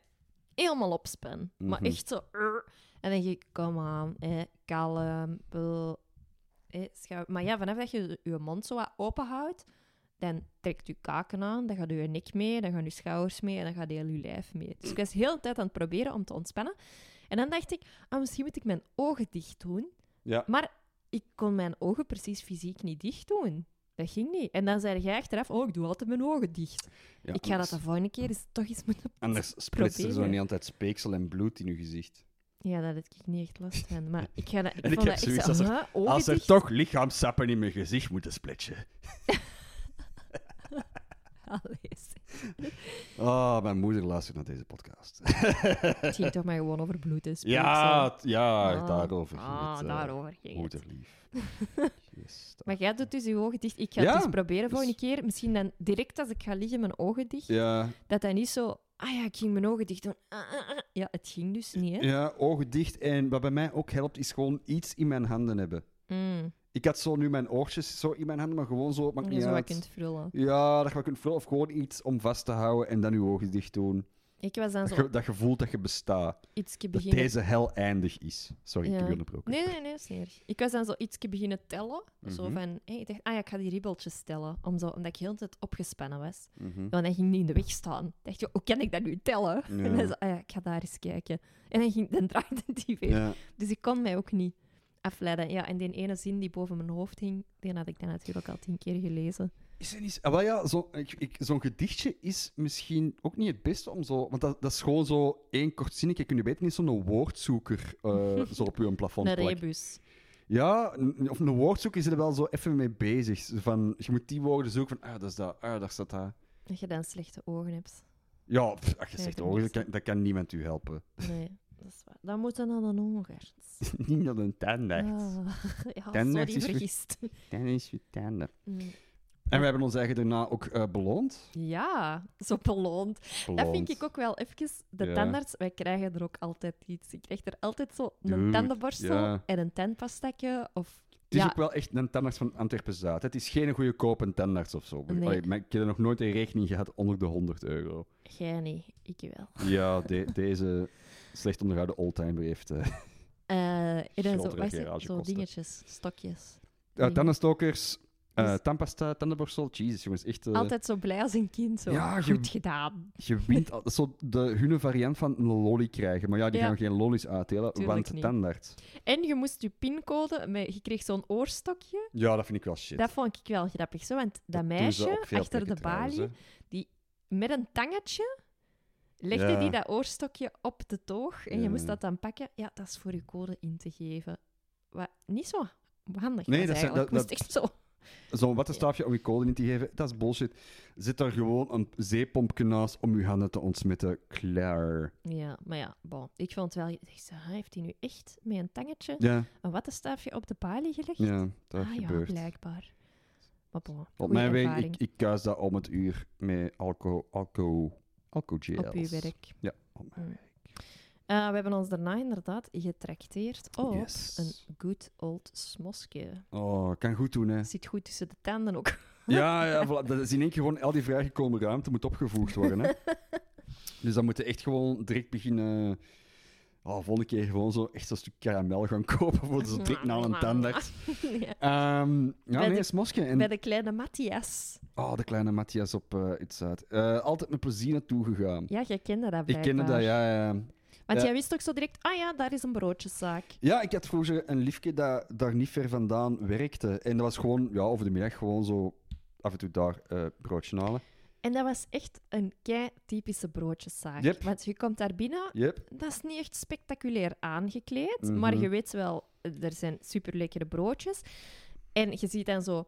helemaal opspan. Maar
Mhm.
echt zo... "Ur." En dan denk ik, kom aan, hè, kalm, bl- hè, schouw- Maar ja, vanaf dat je je mond zo wat open houdt, dan trekt je kaken aan, dan gaat je nek mee, dan gaan je schouders mee en dan gaat heel je lijf mee. Dus ik was heel de tijd aan het proberen om te ontspannen. En dan dacht ik, ah, misschien moet ik mijn ogen dicht doen.
Ja.
Maar ik kon mijn ogen precies fysiek niet dicht doen. Dat ging niet. En dan zei jij achteraf, oh, ik doe altijd mijn ogen dicht.
ja,
ik ga dat
anders-
de volgende keer eens toch eens moeten...
Anders splitsen er zo
proberen.
niet altijd speeksel en bloed in uw gezicht.
Ja, daar heb ik niet echt last van. Maar ik, ga dat, ik,
En ik
vond
heb
dat echt
zoiets
zo,
als er-
huh, Oh, ogen
Als er
dicht?
toch lichaamsappen in mijn gezicht moeten splitsen.
Allee, zeg.
Oh, mijn moeder luistert naar deze podcast.
Het ging toch maar gewoon over bloed en speeksel.
Ja, t- ja,
Ah,
daarover ging
Ah,
het. eh,
daarover ging het.
Moederlief. Yes, dat-
Maar jij doet dus je ogen dicht. Ik ga
Ja,
het eens proberen volgende
dus-
keer. Misschien dan direct als ik ga liggen mijn ogen dicht.
Ja,
Dat dat niet zo... Ah ja, ik ging mijn ogen dicht doen. Ah, ah, ah. Ja, het ging dus niet, hè?
ja, ogen dicht. En wat bij mij ook helpt, is gewoon iets in mijn handen hebben.
Mm.
Ik had zo nu mijn oortjes zo in mijn handen, maar gewoon zo, het maakt
Ja,
niet
zo wat
uit.
kunt frullen.
Ja, dat je wat kunt vullen of gewoon iets om vast te houden en dan je ogen dicht doen.
Ik was dan
Dat
zo
je, dat je voelt dat je bestaat.
ietsje
Dat
beginnen...
deze hel eindig is. Sorry, ik
Ja.
heb je onderbroken.
Nee, nee, nee, is niet erg. Ik was dan zo ietsje beginnen tellen. Zo
Mhm.
van, hey, ik dacht, ah ja, ik ga die ribbeltjes tellen. Om zo, omdat ik heel de tijd opgespannen was.
Mhm.
Want dan ging niet in de weg staan. Ik dacht, joh, hoe kan ik dat nu tellen?
Ja.
En dan zo, ah ja, ik ga daar eens kijken. En dan, ging, dan draaide die weer.
Ja.
Dus ik kon mij ook niet afleiden. Ja, en die ene zin die boven mijn hoofd hing, die had ik dan natuurlijk al tien keer gelezen.
Is er niet... Ah, wel ja, zo- ik- ik- zo'n gedichtje is misschien ook niet het beste om zo... Want dat, dat is gewoon zo één kort zinnetje. Kun je beter niet zo'n woordzoeker eh, zo op je plafond
Een
plakken.
rebus.
Ja, n- of een woordzoeker is er wel zo even mee bezig. Zo Van, je moet die woorden zoeken van, ah, dat is dat, ah, daar staat dat.
Dat je dan slechte ogen hebt.
Ja, pff, ach, je
Ja,
zegt,
dat
oh, dat
is-
kan, dat kan niemand u helpen.
Nee, dat is waar. Dan moet je naar een ongarts.
niet dat een tandarts.
Ah, ja,
Dan
sorry,
echt is ver-
vergist.
Dan is je tandarts.
Mm.
En we hebben ons eigen daarna ook eh, beloond.
Ja, zo beloond. Dat vind ik ook wel even. De
Ja.
tandarts, wij krijgen er ook altijd iets. Je krijgt er altijd zo een
Dude,
tandenborstel
ja.
en een tandpastakje. Of...
Het is
Ja.
ook wel echt een tandarts van Antwerpen-Zuid. Het is geen goede kopen tandarts of zo.
Nee.
Allee, maar ik heb er nog nooit een rekening gehad onder de 100 euro.
Jij niet, ik wel.
Ja, de- deze slecht onderhouden oldtimer heeft... eh
Eh en dan zo,
Grotere
wat is het? zo
garagekosten.
dingetjes, stokjes.
eh,
Nee.
tandenstokers, eh,
Dus-
tandpasta, tandenborstel. Jezus, jongens, echt... eh,
Altijd zo blij als een kind. Zo.
Ja, je-
Goed gedaan.
Je wint al- zo de hun variant van een lolly krijgen. Maar ja, die
Ja.
gaan geen lollies uitdelen,
Tuurlijk
want
niet.
tandarts.
En je moest je pincode, met, je kreeg zo'n oorstokje.
Ja, dat vind ik wel shit.
Dat vond ik wel grappig. Zo, want dat,
doen ze
meisje
op veel
achter de
plekken trouwens,
balie,
hè.
met een tangetje, legde
Ja.
die dat oorstokje op de toog. En je
Ja.
moest dat dan pakken. Ja, dat is voor je code in te geven. Wat niet zo handig
Nee,
was
dat zijn-
eigenlijk.
dat-
Moest echt zo...
Zo'n wattenstaafje om je kolen in te geven, dat is bullshit. Zit daar gewoon een zeepompje naast om je handen te ontsmetten. Klaar.
Ja, maar ja, bon. Ik vond wel... Ik dacht, zo, "Ah, heeft hij nu echt met een tangetje
Ja,
een wattenstaafje op de palie gelegd?
ja dat
ah ja,
gebeurt.
blijkbaar. Maar bon,
Op
goeie
mijn werk,
ervaring
ik, ik kuis dat om het uur met alcohol, alcohol, alcohol
op uw werk.
Ja, op mijn
Mm. Eh, we hebben ons daarna inderdaad getrakteerd op
Yes.
Oh, een good old smosje.
Oh, kan goed doen, hè.
Zit goed tussen de tanden ook.
Ja, ja voilà. dat is in één keer gewoon al die vrijgekomen ruimte moet opgevoegd worden. Hè? dus dan moeten echt gewoon direct beginnen. Oh, volgende keer gewoon zo echt zo'n stuk karamel gaan kopen voor zo direct na een tandarts.
Ja.
Ehm, ja,
Bij de-
nee, smosje.
Bij
En,
de kleine Matthias.
oh, de kleine Matthias op eh het Zuid. Eh, altijd met plezier naartoe gegaan.
Ja, jij kende dat
Ik
blijkbaar.
kende dat, ja, ja.
Want
Ja.
jij wist ook zo direct, ah ja, daar is een broodjeszaak.
Ja, ik had vroeger een liefje dat daar niet ver vandaan werkte. En dat was gewoon, ja, over de middag gewoon zo af en toe daar eh broodje halen.
En dat was echt een kei-typische broodjeszaak.
Yep.
Want je komt daar binnen,
Yep.
dat is niet echt spectaculair aangekleed,
Mhm.
maar je weet wel, er zijn super lekkere broodjes. En je ziet dan zo,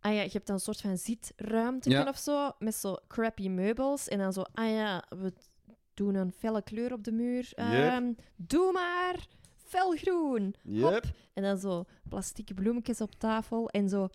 ah ja, je hebt dan een soort van zitruimte
Ja.
of zo, met zo crappy meubels. En dan zo, ah ja, we doen een felle kleur op de muur.
Yep.
Ehm, doe maar, felgroen.
Yep.
Hop. En dan zo plastieke bloemetjes op tafel en zo.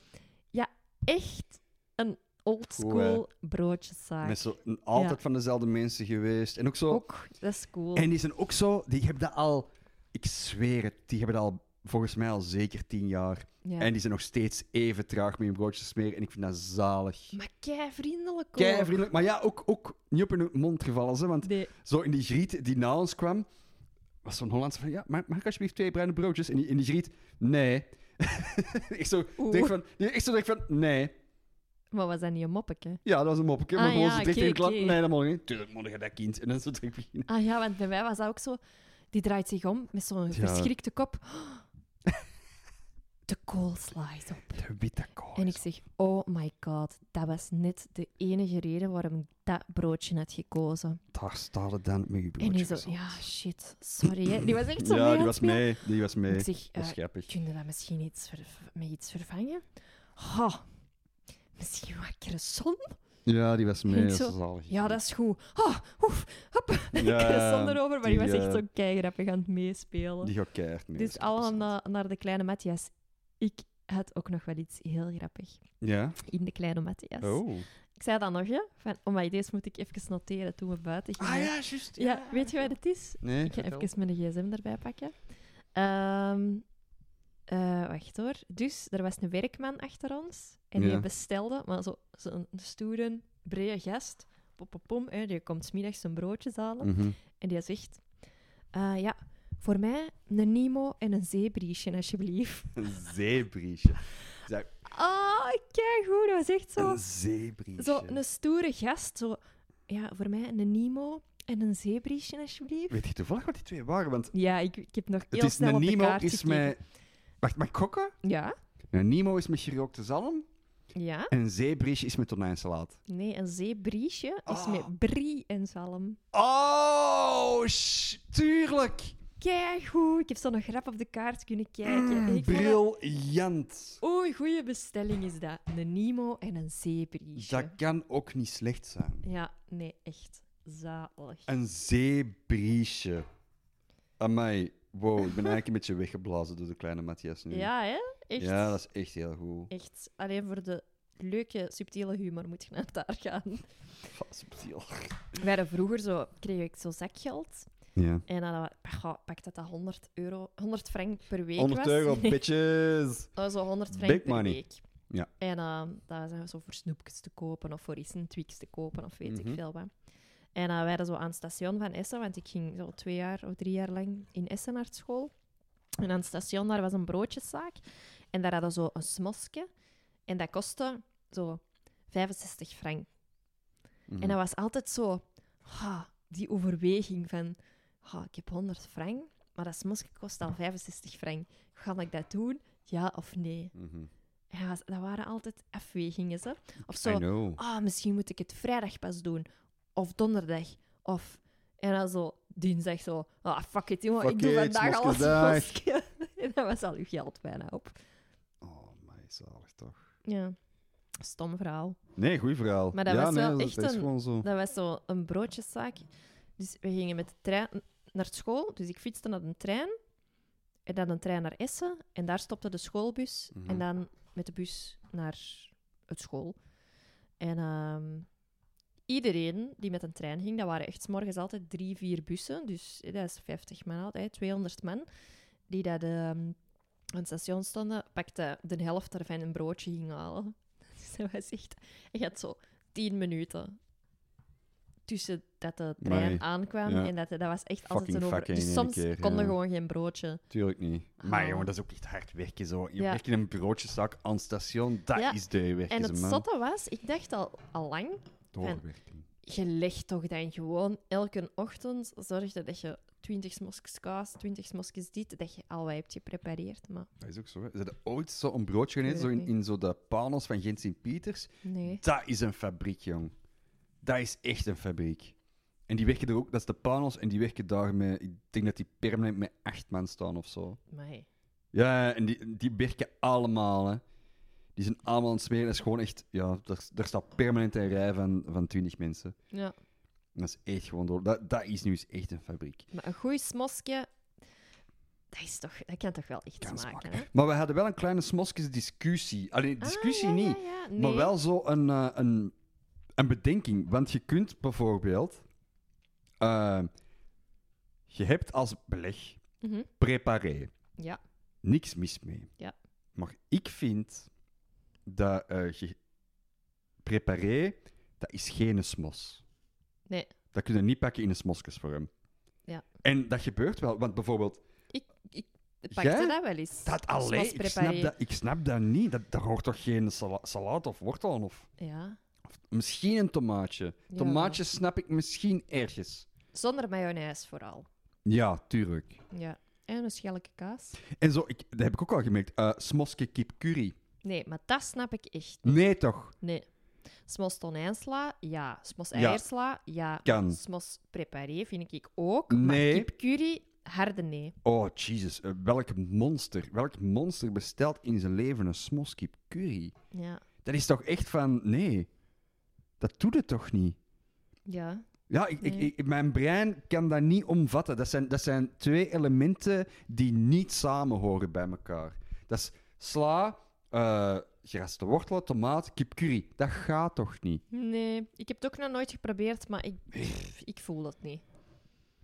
Ja, echt een oldschool broodjeszaak.
Met zo, n- altijd
Ja.
van dezelfde mensen geweest. En ook zo.
Ook, dat is cool.
En die zijn ook zo. Die hebben dat al. Ik zweer het. Die hebben dat al. Volgens mij al zeker tien jaar.
ja.
En die zijn nog steeds even traag met hun broodjes smeren. En ik vind dat zalig.
Maar kei vriendelijk ook.
Kei vriendelijk. Maar ja, ook, ook niet op hun mond gevallen. Ze, want
Nee.
zo in die griet die na ons kwam. Was zo'n Hollandse van. Ja, ma- mag ik alsjeblieft twee bruine broodjes? En die, en die griet. Nee. echt zo.
Oeh.
Denk van, die echt zo denk van. Nee.
Maar was dat niet een moppetje?
Ja, dat was een mopje. Maar
Ah,
gewoon
ja,
zo dicht in de
oké,
klant.
oké.
Nee, dat mag niet. Tuurlijk moet je dat kind. En dan zo direct beginnen.
Ah ja, want bij mij was dat ook zo. Die draait zich om met zo'n verschrikte kop. De koolsla is op.
De witte kool.
En ik zeg, oh my god, dat was net de enige reden waarom ik dat broodje had gekozen.
Daar staat het dan met je
en die
broodje.
zo,
gezond.
ja, shit, sorry. hè. Die was echt zo
ja,
mee
die
aan het
was
spelen.
mee. Die was mee.
Ik zeg,
dat is
eh,
grappig.
Kun je dat misschien iets ver- met iets vervangen? Ha, misschien wat croissant?
Ja, die was mee.
ik
Dat
zo-
is zalig.
Ja, dat is goed. Ha, oef, hop,
Ja,
croissant erover. Maar die,
die,
was echt
eh,
zo keigrappig aan het meespelen.
Die gaat keihard mee.
dus
dat is
allemaal
interessant.
na- naar de kleine Matthias. Ik had ook nog wel iets heel grappig
Ja?
in de kleine Matthias.
Oh.
Ik zei dat nog, hè. Van, oh my, deze moet ik even noteren toen we buiten gingen.
Ah ja, juist.
Ja, weet je wat het is?
Nee,
Ik ga
vertel.
even mijn gsm erbij pakken. Ehm, eh, wacht hoor. Dus er was een werkman achter ons. En
Ja.
die bestelde, maar zo'n zo zo'n stoere, brede gast. Pop, pop, pom, hè, die komt 's middags zijn broodjes halen.
Mhm.
En die zegt... eh, ja, voor mij een Nemo en een zeebriesje, alsjeblieft.
Een zeebriesje. Zeg,
Ah, kijk hoe dat was echt zo...
Een zeebriesje.
Zo een stoere gast. Zo, ja, voor mij een Nemo en een zeebriesje, alsjeblieft.
Weet je toevallig wat die twee waren? Want
Ja, ik, ik heb nog
het
heel
is
snel
een
op de
Nemo
kaart
is
gekeken.
met... Wacht, mag ik gokken?
Ja?
Een Nemo is met gerookte zalm.
Ja?
Een zeebriesje is met tonijnsalaat.
Nee, een zeebriesje is
Ah.
met brie en zalm.
Oh, sh- tuurlijk!
Keigoed. Ik heb zo nog grap op de kaart kunnen kijken.
Mm,
Ik vond dat-
Briljant!
Oei, goede bestelling is dat. Een Nemo en een zeebriesje.
Dat kan ook niet slecht zijn.
Ja, nee, echt. Zalig.
Een zeebriesje. Amai. Wow, ik ben eigenlijk een beetje weggeblazen door de kleine Matthias nu.
Ja, hè? Echt.
Ja, dat is echt heel goed.
Echt. Alleen voor de leuke, subtiele humor moet je naar daar gaan.
Wat subtiel.
We hadden vroeger zo, kreeg ik zo zakgeld.
Ja.
En dan hadden we- goh, pak dat dat 100 euro, 100 frank per week
100
was.
euro, bitches!
Dat was zo 100 frank
Big
per
money.
week.
Ja.
En ehm daar zijn we zo voor snoepjes te kopen of voor iets een Twix te kopen of weet
Mhm.
ik veel wat. En eh, wij hadden zo aan het station van Essen, want ik ging zo twee jaar of drie jaar lang in Essen naar school. En aan het station daar was een broodjeszaak. En daar hadden ze zo een smosje. En dat kostte zo 65 frank.
Mhm.
En dat was altijd zo, ha, die overweging van, ha, ik heb 100 frank, maar dat smosje kost al 65 frank. Ga ik dat doen? Ja of nee?
Mhm.
En dat, was- dat waren altijd afwegingen, ze. Of
I
zo,
know.
ah, misschien moet ik het vrijdag pas doen. Of donderdag. Of, en dan zo, dinsdag zo, ah, fuck it, jongen,
Fuck
ik doe
it,
vandaag al een
smosje dag.
smosje. En dat was al uw geld bijna op.
Oh, my zalig toch.
Ja, stom verhaal.
Nee, goed verhaal.
Maar dat
ja,
was
nee,
wel
dat,
echt
dat is
een-
gewoon zo.
Dat was zo een broodjeszaak. Dus we gingen met de trein naar school. Dus ik fietste naar de trein. En dan een trein naar Essen. En daar stopte de schoolbus.
Mhm.
En dan met de bus naar het school. En ehm, iedereen die met een trein ging, dat waren echt 's morgens altijd drie, vier bussen. Dus eh, dat is 50 man altijd, 200 man. Die dat ehm, aan het station stonden, pakte de helft ervan een broodje ging halen. Dus dat was echt... Je had zo tien minuten tussen dat de trein
Amai.
aankwam.
Ja.
En dat, dat was echt altijd
Fucking
een over...
fucking
Dus
in één
soms
keer,
konden
ja.
gewoon geen broodje.
Tuurlijk niet. Maar
Oh.
jongen, dat is ook echt hard werken zo. Je
Ja.
werkt in een bureautjeszak aan het station, dat
Ja.
is de werk.
En
is
het
een man.
zotte was, ik dacht al, al lang,
Doorwerken.
je legt toch dan gewoon elke ochtend zorgde dat je 20 smosjes kaas, 20 smosjes dit, dat je al wat hebt geprepareerd. Maar
Dat is ook zo. Hè. Ze hadden ooit zo een broodje gaan eten, zo
Tuurlijk
in, in zo de panels van Gent Sint Pieters.
nee.
Dat is een fabriek, jong. Dat is echt een fabriek. En die werken er ook, dat is de panels, en die werken daar met, ik denk dat die permanent met acht man staan of zo.
Maar hey.
Ja, en die, die werken allemaal, hè. Die zijn allemaal aan het smeren. Dat is gewoon echt, ja, daar, daar staat permanent een rij van, van 20 mensen.
Ja.
En Dat is echt gewoon door. Dat, dat is nu eens echt een fabriek.
Maar een goed smosje, dat, is toch, dat kan toch wel echt
Kan
smaken,
smaken.
hè?
Maar we hadden wel een kleine smosjes discussie. Alleen discussie
Ah, ja,
niet,
ja, ja.
maar
Nee.
wel zo een, eh, een, een bedenking. Want je kunt bijvoorbeeld. eh, je hebt als beleg
Mhm.
preparé.
Ja.
Niks mis mee.
Ja.
Maar ik vind dat eh je preparé, dat is geen smos.
Nee.
Dat kun je niet pakken in een smosjesvorm.
Ja.
En dat gebeurt wel, want bijvoorbeeld
Ik pakte
Jij?
dat wel eens.
dat alleen,
Smos
ik snap
preparé.
dat, ik snap dat niet. Dat, daar hoort toch geen sala- salade of wortel aan? Of,
Ja.
of misschien een tomaatje.
Ja.
Tomaatjes snap ik misschien ergens.
Zonder mayonaise vooral.
Ja, tuurlijk.
Ja. En een schelke kaas.
En zo, ik, dat heb ik ook al gemerkt. Eh smoske kip curry.
Nee, maar dat snap ik echt.
Nee, toch?
Nee. Smos tonijnsla, ja. Smos
Ja.
eiersla, ja.
Kan.
Smos preparé vind ik ook.
Nee.
Maar kipcurry, harde nee.
Oh, Jesus. eh, welk monster. Welk monster bestelt in zijn leven een smoskip curry?
Ja.
Dat is toch echt van... Nee. Dat doet het toch niet?
Ja.
Ja, ik, ik-
Nee.
ik- mijn brein kan dat niet omvatten. Dat zijn, dat zijn twee elementen die niet samenhoren bij elkaar. Dat is sla, eh geraste wortelen, tomaat, kipcurry. Dat gaat toch niet?
Nee. Ik heb het ook nog nooit geprobeerd, maar ik, pff, ik voel dat niet.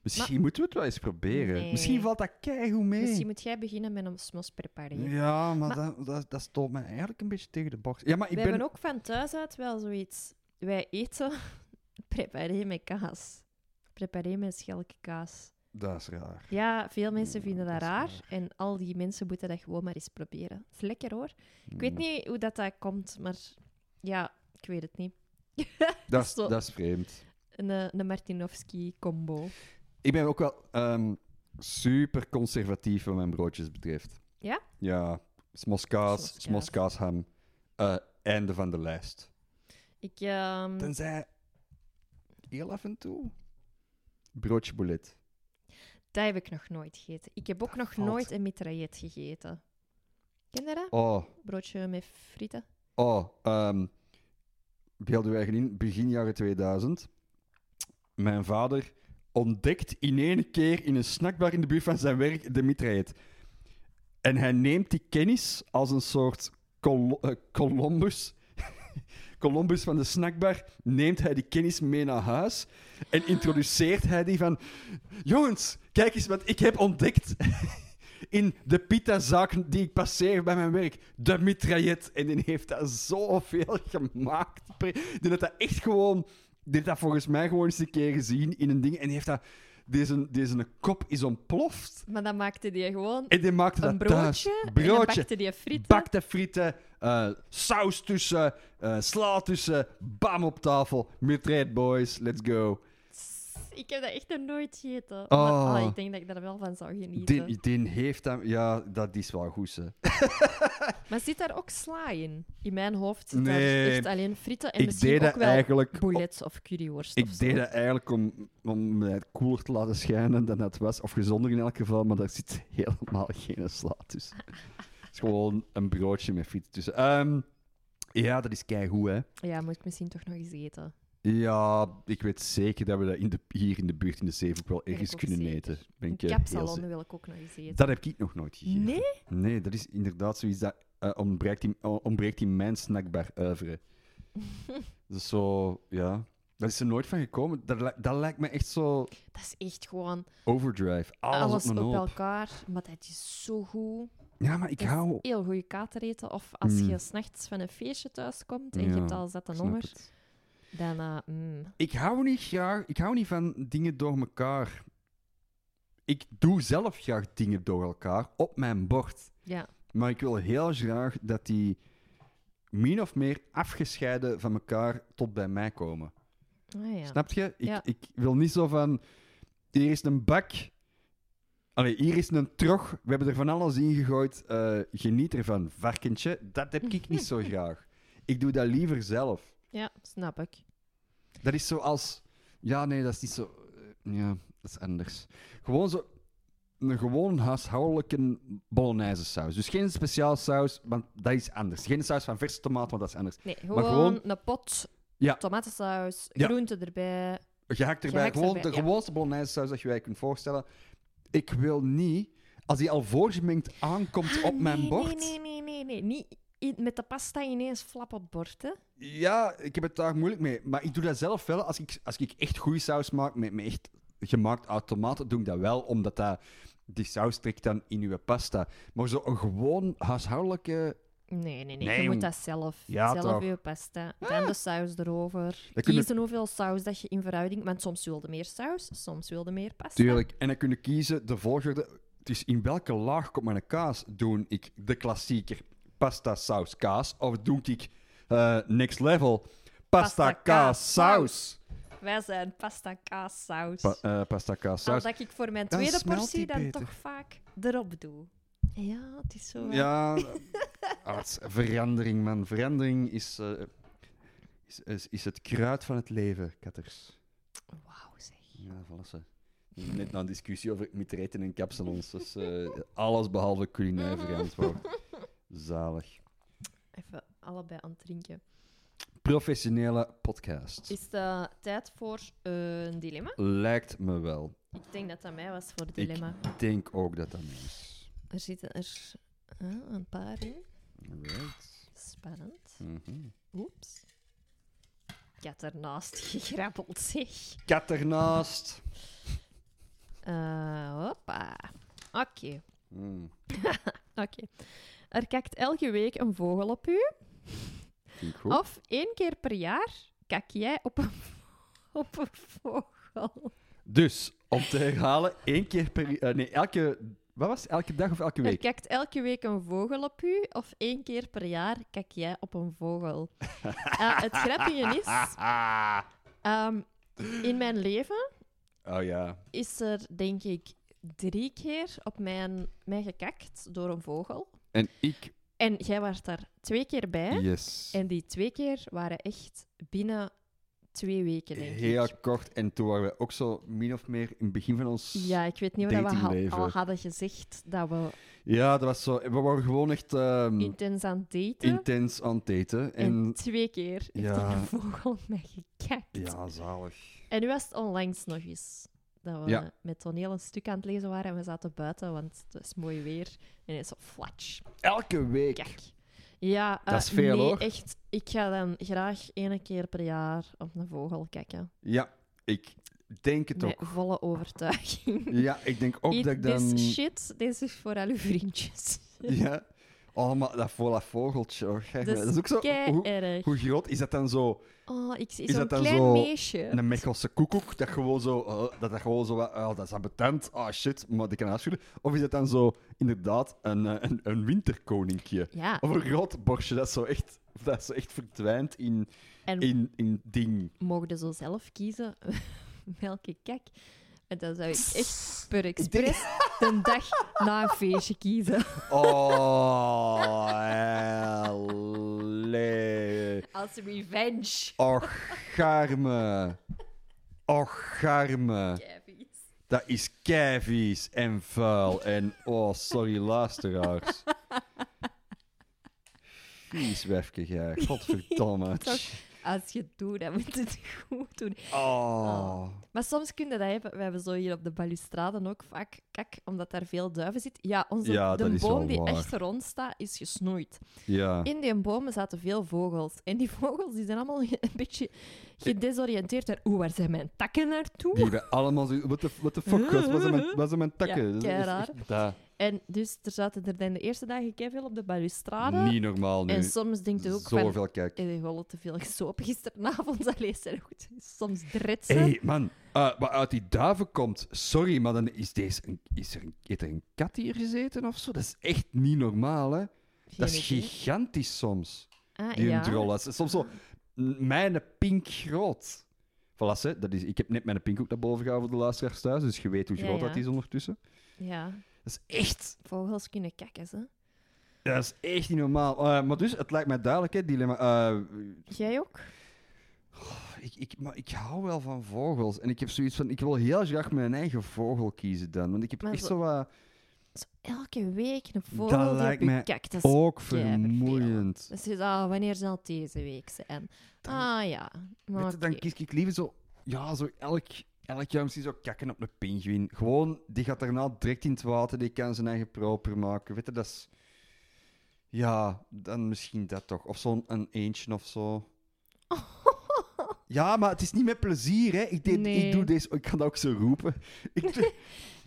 Misschien moeten we het wel eens proberen.
Nee.
Misschien valt dat keigoed mee.
Misschien moet jij beginnen met een smos preparé.
Ja, maar, dat, dat, dat stoot mij eigenlijk een beetje tegen de box. Ja, maar ik
We
ben...
hebben ook van thuis uit wel zoiets. Wij eten preparé met kaas. Preparé met schelke kaas.
Dat is raar.
Ja, veel mensen
Ja,
vinden dat
dat is
raar.
waar.
En al die mensen moeten dat gewoon maar eens proberen. Het is lekker hoor. Ik weet niet hoe dat, dat komt, maar ja, ik weet het niet.
Dat is,
zo.
dat is vreemd.
Een, eh, een Martinovski-combo.
Ik ben ook wel ehm, super conservatief wat mijn broodjes betreft.
Ja?
Ja. Smoskaas,
Smoskaas.
smoskaasham. Eh, Einde van de lijst.
Ik, ehm,
Tenzij heel af en toe broodje bullet.
dat heb ik nog nooit gegeten. Ik heb ook nog
valt.
nooit een mitraillet gegeten. Ken je dat?
Oh,
Broodje met frieten.
oh. ehm beelden wij in begin jaren 2000. Mijn vader ontdekt in één keer in een snackbar in de buurt van zijn werk de mitraillet. En hij neemt die kennis als een soort Col- eh, Columbus. Columbus van de snackbar neemt hij die kennis mee naar huis en introduceert hij die van... Jongens, kijk eens wat ik heb ontdekt in de pitazaak die ik passeer bij mijn werk. De mitraillet. En die heeft daar zoveel gemaakt. Ik denk dat dat echt gewoon... Die heeft dat volgens mij gewoon eens een keer gezien in een ding. En die heeft dat... Deze, deze kop is ontploft.
Maar dan maakte die gewoon
En die maakte
een
dat thuis.
broodje. En dan bakte die frieten.
Bakte frieten, eh, saus tussen, eh, sla tussen, bam op tafel. Mitraid boys, let's go.
Ik heb dat echt nog nooit gegeten. Maar
Oh.
ah, ik denk dat ik daar wel van zou genieten.
Din, Din heeft hem, ja, dat is wel goed. Hè.
Maar zit daar ook sla in? In mijn hoofd zit
Nee.
daar echt alleen frieten en
Ik
misschien
deed
ook
dat
wel
eigenlijk.
boulettes of curryworst of
Ik
zo.
deed dat eigenlijk om, om mij cooler te laten schijnen dan dat was. Of gezonder in elk geval, maar daar zit helemaal geen sla tussen. Het is gewoon een broodje met frieten tussen. Ehm, ja, dat is keigoed, hè.
Ja, moet ik misschien toch nog eens eten.
Ja, ik weet zeker dat we dat in de, hier in de buurt in de Zeven wel
Ben ik
ergens
ook
kunnen
zeker.
eten. Ben
Een
ik, eh, heel
kapsalon
zeker.
wil ik ook nog eens eten.
Dat heb ik nog nooit gegeten.
Nee?
Nee, dat is inderdaad zoiets dat eh, ontbreekt, in, o- ontbreekt in mijn snackbar oeuvre. dat is zo, ja. Daar is er nooit van gekomen. Dat, li- dat lijkt me echt zo
Dat is echt gewoon
overdrive. Alles,
alles,
op
op
mijn hoop.
elkaar. Maar dat is zo goed.
Ja, maar ik
Dat is
hou...
Heel goede katereten. Of als
Mm.
je s'nachts van een feestje thuiskomt en je
Ja,
hebt al zat een
snap
honger,
het.
dan... eh, mm.
Ik hou niet graag... Ik hou niet van dingen door elkaar. Ik doe zelf graag dingen door elkaar op mijn bord.
Ja,
Maar ik wil heel graag dat die min of meer afgescheiden van elkaar tot bij mij komen.
ah, ja.
Snap je? Ik,
Ja.
ik wil niet zo van. Hier is een bak. Allee, hier is een trog. We hebben er van alles in gegooid. eh, geniet ervan, varkentje. Dat heb ik niet zo graag. Ik doe dat liever zelf.
ja, snap ik.
Dat is zoals. Ja, nee, dat is niet zo. eh, Ja, dat is anders. Gewoon zo. Een gewoon huishoudelijke bolognese saus. Dus geen speciaal saus, want dat is anders. Geen saus van verse tomaat, want dat is anders.
Nee, gewoon,
gewoon-
een pot
Ja.
tomatensaus,
Ja.
groenten erbij.
Gehakt erbij.
Gehakt
gewoon
erbij,
de
ja.
gewoonste bolognese saus dat je je kunt voorstellen. Ik wil niet, als die al voorgemengd aankomt
Ah,
op mijn
nee,
bord.
Nee, nee, nee, nee. nee. Niet in- met de pasta ineens flap op het bord, hè.
Ja, ik heb het daar moeilijk mee. Maar ik doe dat zelf wel. Als ik, als ik echt goede saus maak, met, met echt gemaakt uit tomaten, doe ik dat wel. Omdat dat, die saus trekt dan in uw pasta. Maar zo een gewoon huishoudelijke...
Nee, nee, nee.
Nee,
je
jong.
moet dat zelf.
Ja,
zelf
toch. Ah.
je pasta. Dan de saus erover.
Dan kun je-
Kiezen hoeveel saus dat je in verhouding... Want soms wilde meer saus, soms wilde meer pasta.
Tuurlijk. En dan kunnen kiezen de volgorde. Dus in welke laag komt mijn kaas? Doe ik de klassieker pasta, saus, kaas? Of doe ik eh, next level pasta,
Pasta,
kaas,
kaas,
saus?
Wij zijn pasta, kaas, saus.
Pa- eh, pasta, kaas, saus.
Omdat ik voor mijn
Dan
tweede
smelt
portie
die
dan
beter.
toch vaak erop doe. Ja, het is zo...
Ja, ah, het is verandering, man. Verandering is, eh, is, is, is het kruid van het leven, katters.
Wauw, zeg.
Ja, voilà. ze. Net na een discussie over mitreten en kapsalons. Dus eh, alles behalve culinair verantwoord. Zalig.
Even allebei aan het drinken.
Professionele podcast.
Is het tijd voor eh, een dilemma?
Lijkt me wel.
Ik denk dat dat mij was voor het dilemma.
Ik denk ook dat dat mee is.
Er zitten er ah, een paar in.
Right.
Spannend.
Mhm.
Oeps. Ik had ernaast gegrabbeld, zeg.
Kat ernaast.
Eh, hoppa. Oké,
Mm,
oké. Er kijkt elke week een vogel op u.
Vind ik goed.
Of één keer per jaar kak jij op een, op een vogel.
Dus, om te herhalen, één keer per... eh, nee, elke... Wat was het? Elke dag of elke
Er
week?
kijkt elke week een vogel op u. Of één keer per jaar kak jij op een vogel. Eh, het grappige is...
Ah.
ehm, in mijn leven
Oh ja.
is er, denk ik, drie keer op mijn, mij gekakt door een vogel.
En ik
En jij was daar twee keer bij.
Yes.
En die twee keer waren echt binnen twee weken, denk
Heel
ik.
kort. En toen waren we ook zo min of meer in het begin van ons...
Ja, ik weet niet wat we ha-
datingleven.
al hadden gezegd dat we
Ja, dat was zo... We waren gewoon echt ehm,
intens aan het daten.
intens aan het eten.
en,
En...
twee keer heeft
Ja.
die vogel mij gekakt.
Ja, zalig.
En nu was het onlangs nog eens. Dat we
Ja.
met toneel een stuk aan het lezen waren en we zaten buiten, want het is mooi weer. En het is zo flatsch.
Elke week.
Kijk. Ja, eh,
Dat is veel,
nee,
hoor.
echt. Ik ga dan graag één keer per jaar op een vogel kijken.
Ja, ik denk het
Met
ook.
volle overtuiging.
Ja, ik denk ook
Eat
dat ik dan...
this shit, deze is voor al uw vriendjes.
Ja. Oh, maar dat volle vogeltje, hoor. Kijk
Dus
maar, Dat is ook zo...
Kei
Hoe,
erg.
hoe groot is dat dan zo?
Oh, ik zie
Is
zo'n
dat dan
klein
zo-
meisje.
Een Mechelse koekoek, dat gewoon zo... eh, dat dat gewoon zo... wat, Oh, dat is ambetant. Oh, shit. Maar die kan afschudden. Of is dat dan zo inderdaad een, eh, een, een winterkoninkje?
Ja,
Of een groot borstje dat zo echt, dat zo echt verdwijnt in,
en
in, in ding.
mochten zo zelf kiezen welke kak. En dan zou ik echt per expres een dag na een feestje kiezen.
Oh, hellee.
Als revenge.
Och, garme. Och, garme.
Kevies.
Dat is keivies en vuil. En oh, sorry, luisteraars. Vies wefke, jij. Godverdamme.
Toch? Als je het doet, dan moet je het goed doen.
Oh.
Maar soms kunnen dat hebben. We hebben zo hier op de balustraden ook vaak kak, omdat daar veel duiven zit. Ja, onze
Ja, dat
de
is wel
boom die
waar.
echt rond staat, is gesnoeid.
Ja.
In die bomen zaten veel vogels. En die vogels die zijn allemaal een beetje gedesoriënteerd. En oeh, waar zijn mijn takken naartoe?
Die hebben allemaal zo... What the, what the fuck, wat was mijn, was mijn takken?
Ja,
Dat is
keiraar.
echt- dat-
En dus er zaten er dan de eerste dagen veel op de balustrade.
Niet normaal nu.
en soms denk je ook van...
Zoveel kijk.
"Eh, we hebben wel te veel gesopen gisteravond. Allee, zijn goed. Soms dretsen.
Hé, hey, man. eh, wat uit die duiven komt... Sorry, maar dan is, deze een, is er een, heeft er een kat hier gezeten of zo? Dat is echt niet normaal, hè?
Geen
Dat is
idee.
gigantisch soms,
Ah,
die
ja.
een drol is. Soms zo... m- Mijn pink groot. Voilà, hè, dat is, ik heb net mijn pink ook naar boven gehaald voor de luisteraars thuis, dus je weet hoe
Ja,
groot
ja.
dat is ondertussen.
Ja,
Dat is echt...
vogels kunnen kakken, hè.
Dat is echt niet normaal. Eh, maar dus, het lijkt mij duidelijk, hè, dilemma. Eh,
Jij ook?
Ik, ik, maar ik hou wel van vogels. En ik heb zoiets van, ik wil heel graag mijn eigen vogel kiezen dan. Want ik heb
Maar
echt
zo-
zo wat...
Zo elke week een
Dat
vogel die op
lijkt mij
je kakt. Dat is
Ook
keivervelend.
vermoeiend.
Dus je zegt, ah, wanneer zal het deze week zijn?
Dan-
ah ja, maar
Weet je, dan
oké.
kies ik liever zo... Ja, zo elk, elk jaar misschien zo kakken op een pinguïn. Gewoon, die gaat daarna direct in het water. Die kan zijn eigen proper maken. Weet je, dat is... Ja, dan misschien dat toch. Of zo'n een eentje of zo. Ja, maar het is niet met plezier, hè. Ik, deed,
Nee.
ik doe deze... Ik kan dat ook zo roepen. Ik, doe-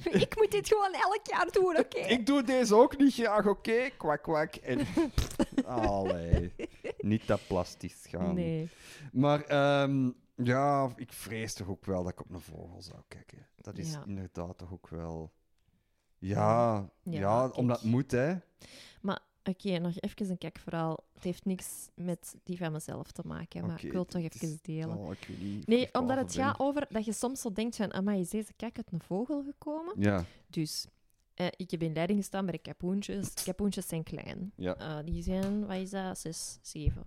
ik moet dit gewoon elk jaar doen, oké?
Ik doe deze ook niet graag, oké? Kwak, kwak. En... Allee. Niet dat plastisch gaan.
Nee.
Maar ehm, ja, ik vrees toch ook wel dat ik op een vogel zou kijken. Dat is
Ja.
inderdaad toch ook wel... Ja,
Ja,
ja,
kijk.
omdat het moet, hè.
Oké, nog even een kijkverhaal. Het heeft niks met die van mezelf te maken, maar
Oké,
ik wil het toch
het
even
is-
delen.
Oh, ik weet niet of
Nee,
ik
omdat
daarvan
het gaat
ben.
over dat je soms zo denkt van, amai, is deze kak uit een vogel gekomen?
Ja,
Dus, eh, ik heb in leiding gestaan bij de kapoentjes. Kapoentjes zijn klein.
ja.
Eh, die zijn, wat is dat, zes, zeven,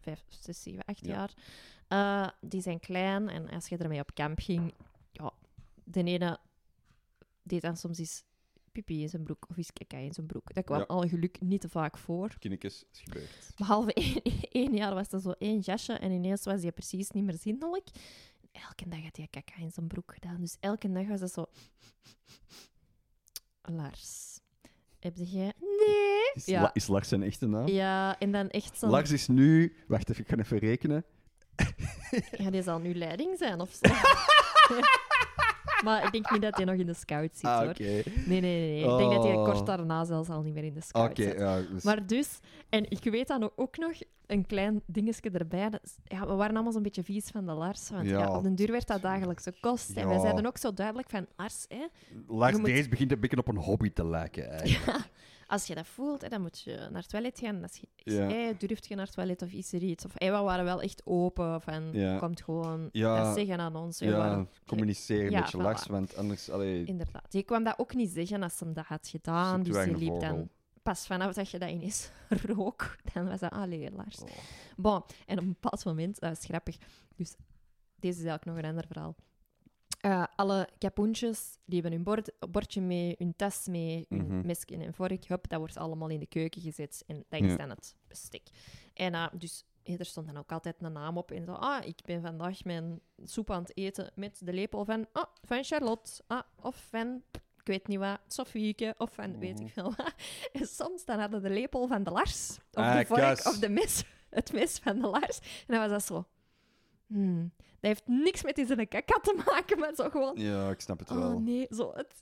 vijf, zes, zeven, acht
Ja.
jaar. Eh, die zijn klein en als je ermee op kamp ging, ja, de ene deed dan soms eens pipi in zijn broek of iets kaka in zijn broek. Dat kwam
Ja.
al geluk niet te vaak voor.
Kinnekes is gebeurd.
Behalve één, één jaar was er zo één jasje en ineens was hij precies niet meer zinnelijk. Elke dag had hij kaka in zijn broek gedaan. Dus elke dag was dat zo... Lars, heb jij... Nee!
Is,
Ja.
La- is Lars zijn echte naam?
Ja, en dan echt zo'n...
Lars is nu... Wacht even, ik ga even rekenen.
Ja, die zal nu leiding zijn of zo. maar ik denk niet dat hij nog in de scout zit,
Ah, oké.
hoor. Nee, nee, nee. nee. Ik denk dat hij
Oh.
kort daarna zelfs al niet meer in de scout
Oké,
zit.
ja. dus-
Maar dus, en ik weet dan ook nog een klein dingetje erbij. dat is- Ja, we waren allemaal zo'n beetje vies van de Lars. Want ja.
Ja.
op den duur werd dat dagelijkse kost. En wij
Ja.
zeiden ook zo duidelijk van, Lars, hè,
Lars
Je moet-
Dees begint een beetje op een hobby te lijken, eigenlijk.
als je dat voelt, hè, dan moet je naar het toilet gaan. Als je,
Ja.
hey, durft je naar het toilet of is er iets? Of hey, we waren wel echt open van,
Ja.
komt gewoon
Ja.
dat zeggen aan ons. We
Ja,
waren-
communiceren
Ja,
met je
voilà.
Lars, want anders... Allee,
Inderdaad. Je kwam dat ook niet zeggen als ze hem dat had gedaan.
zoekt uw
Dus je
eigen
liep
vogel.
dan pas vanaf dat je dat ineens rook, dan was dat, ah, leraars. Bon, en op een bepaald moment, dat was grappig. Dus deze is eigenlijk nog een ander verhaal. Eh, alle kapoentjes, die hebben hun bord, bordje mee, hun tas mee, hun
Mhm.
mesken en vork. Hup, dat wordt allemaal in de keuken gezet en dat is
Ja.
dan het bestek. En eh, dus eh, er stond dan ook altijd een naam op. En zo, ah, ik ben vandaag mijn soep aan het eten met de lepel van, ah, van Charlotte, ah, of van, ik weet niet wat, Sofieke, of van, weet
Mhm.
ik veel wat. En soms dan hadden de lepel van de Lars, of
Ah,
de vork,
kus.
of de mes, het mes van de Lars. En dan was dat zo, hmm, dat heeft niks met deze kaka te maken, maar zo gewoon,
Ja, ik snap het wel.
oh nee, zo het...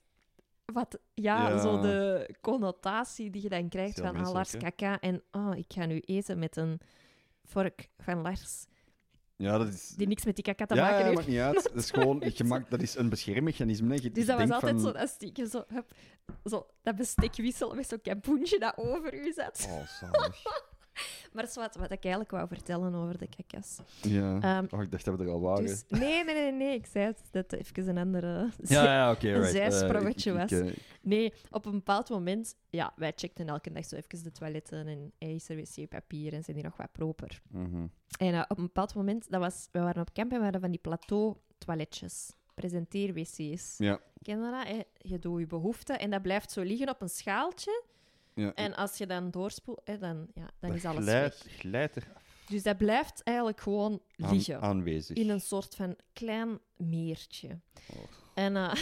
Wat, ja,
Ja.
zo de connotatie die je dan krijgt
Heel
van ah, Lars
menselijk,
Kaka en oh, ik ga nu eten met een vork van Lars,
Ja, dat is...
die niks met die kaka te
ja,
maken
ja,
heeft.
maakt niet uit. Dat is gewoon... Je maakt, dat is een beschermmechanisme. hè. Je
Dus dat was
denkt
altijd
van-
zo dat stiekem zo, hup, zo dat bestek wisselen met zo'n kampoentje dat over u zat.
Oh, zalig.
Maar dat is wat, wat ik eigenlijk wou vertellen over de kakas.
Hm. Ja.
Ehm,
oh, ik dacht dat we er al waren.
Dus, nee, nee, nee, nee, ik zei het, dat even een andere...
ja, ja, oké,
een
right. Eh,
zijsprongetje
ik- ik-
was.
ik, eh,
Nee, op een bepaald moment, ja, wij checkten elke dag zo even de toiletten en hey, is er wc-papier en zijn die nog wat proper.
mhm.
En eh, op een bepaald moment, dat was, we waren op camp en we hadden van die plateau-toiletjes. Presenteer-wc's.
Ja.
Ken je dat? hè? Je doet je behoefte en dat blijft zo liggen op een schaaltje.
ja.
En als je dan doorspoelt, hè, dan, ja, dan
Dat
is alles
glijdt,
weg.
glijdt er
Dus dat blijft eigenlijk gewoon
aan-
liggen.
aanwezig.
In een soort van klein meertje.
Oh.
En eh,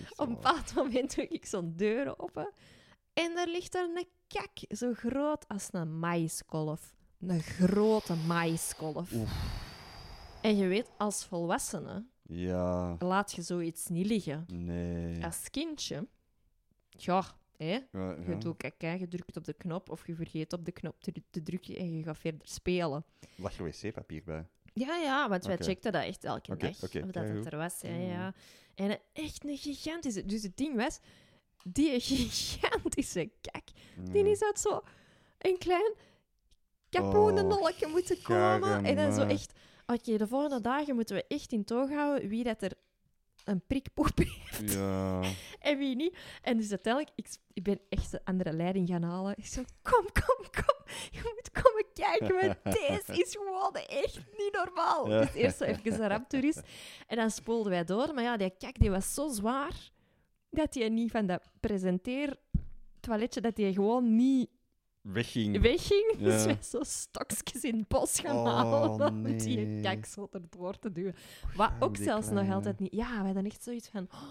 Echt
op een
waar.
bepaald moment doe ik zo'n deur open. En daar ligt er een kak, zo groot als een maïskolf. Een grote maïskolf. En je weet, als volwassene
Ja,
laat je zoiets niet liggen.
nee.
Als kindje, ja, hè,
Ja,
je
ja.
doet kaka, je drukt op de knop of je vergeet op de knop te, te drukken en je gaat verder spelen.
Lag er wc-papier bij?
Ja, ja, want wij
Oké.
checkten dat echt elke
Oké,
dag.
oké,
Of dat het
keigoed.
er was, ja,
Mm.
ja. En eh, echt een gigantische... Dus het ding was, die gigantische kak, die
Hmm.
is uit zo een klein kapoenennolkje moeten komen. En dan zo
garema.
echt... Oké, de volgende dagen moeten we echt in toog houden wie dat er een prikpoep heeft
Ja.
en wie niet. En dus uiteindelijk, ik, ik ben echt de andere leiding gaan halen. Ik zo, kom, kom, kom. Je moet komen kijken, want deze is gewoon echt niet normaal.
Ja.
Dus eerst zo even een ramptoerist. En dan spoelden wij door. Maar ja, die kak die was zo zwaar, dat je niet van dat presenteertoiletje, dat je gewoon niet
Wegging.
wegging.
Mm. Ja.
Dus wij zo stokjes in het bos gaan
Oh,
halen om die
nee.
kak zo erdoor te duwen. Wat ook
die
zelfs nog
kleine.
altijd niet... Ja, wij hadden echt zoiets van... oh,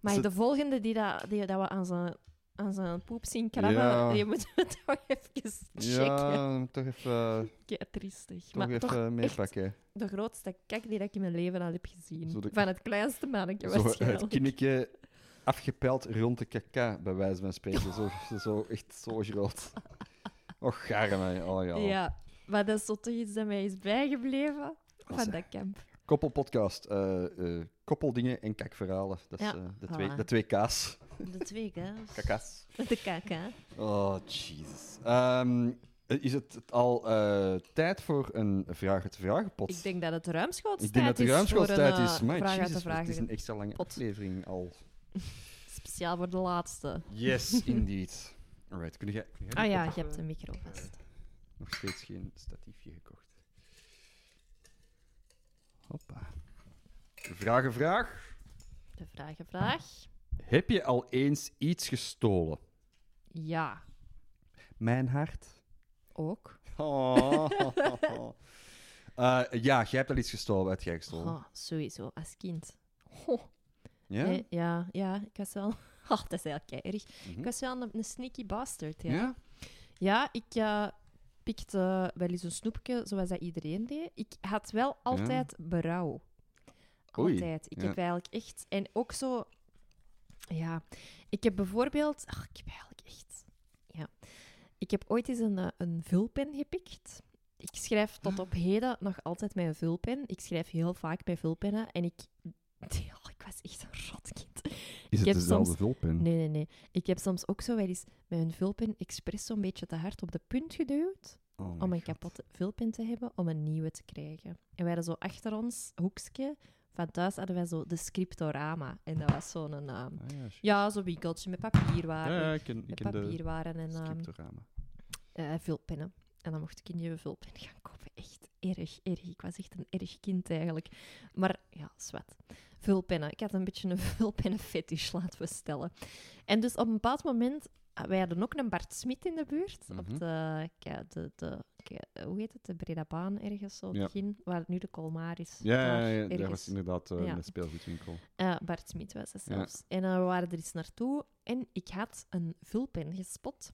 maar
Ze-
de volgende die, dat, die dat we aan zijn, aan zijn poep zien krabben,
Ja.
die moeten we toch even checken.
Ja, toch even,
Kei triestig.
toch
maar
even
toch
meepakken.
de grootste kak die dat ik in mijn leven al heb gezien.
Zo de-
Van het kleinste mannetje
Zo het
waarschijnlijk.
kinnetje afgepeld rond de kaka, bij wijze van spreken. Zo, zo, echt zo groot. Och, garme. Oh ja.
Ja, maar dat is zo toch iets dat mij is bijgebleven
is-
van dat camp.
Koppelpodcast. eh, eh, koppeldingen en kakverhalen. Dat is
Ja,
eh, de, twee,
voilà.
de twee kaas.
De twee kaas.
Kakas.
De kaka.
Oh, jezus. Ehm, is het al eh, tijd voor een vraag uit de vragenpot?
Ik denk dat het ruimschoots
Ik denk dat de ruimschoolstijd is. Maar
eh, vraag uit de
jezus, het is
vragen.
een e- extra lange
pot.
aflevering al.
Speciaal voor de laatste.
Yes, indeed. Alright, kun jij, kun jij
Ah
die
ja,
pot,
je
eh,
hebt een micro vast.
Nog steeds geen statiefje gekocht. Hoppa. Vragen, vraag.
De vragenvraag.
Heb je al eens iets gestolen?
Ja,
Mijn hart.
ook.
Oh. Eh, ja, jij hebt al iets gestolen. Wat heb jij gestolen?
Oh, sowieso, als kind. Ho.
Ja?
Nee, ja, ja, ik was wel... Oh, dat is eigenlijk erg. Ik
Mhm.
was wel een, een sneaky bastard, ja. Ja,
Ja?
ik eh, pikte wel eens een snoepje, zoals dat iedereen deed. Ik had wel altijd berouw.
Oei,
Altijd. Ik
ja.
heb eigenlijk echt... En ook zo... Ja, ik heb bijvoorbeeld... Ach, ik heb eigenlijk echt... Ja. Ik heb ooit eens een, eh, een vulpen gepikt. Ik schrijf tot op heden nog altijd met een vulpen. Ik schrijf heel vaak met vulpennen. En ik... Ja, ik was echt een rotkind.
Is
heb soms-
vulpen?
Nee, nee, nee. Ik heb soms ook zo wel eens met een vulpen expres zo'n beetje te hard op de punt geduwd.
Oh
om
my
een
god.
kapotte vulpen te hebben, om een nieuwe te krijgen. En wij hadden zo achter ons hoekje Van thuis hadden wij zo de scriptorama. En dat was zo'n... ehm,
Ah, ja, shit.
ja, zo'n winkeltje met papierwaren.
ja, ja, ik ken, ik
met
ken de
papierwaren en ehm,
scriptorama.
eh, vulpennen. En dan mocht ik in je vulpen gaan kopen. Echt erg, erg. Ik was echt een erg kind eigenlijk. Maar ja, zwart. Vulpennen. Ik had een beetje een vulpennenfetish, laten we stellen. En dus op een bepaald moment... ah, Wij hadden ook een Bart Smit in de buurt.
Mhm.
Op de, ke- de, de, ke- hoe heet het? De Breda Baan ergens zo.
Ja.
Begin, waar het nu de Colmar is.
Ja, ja,
daar
ja, ja, daar
ergens.
was inderdaad eh,
Ja.
een speelgoedwinkel.
Eh, Bart Smit was dat
Ja.
zelfs. En eh, we waren er eens naartoe en ik had een vulpen gespot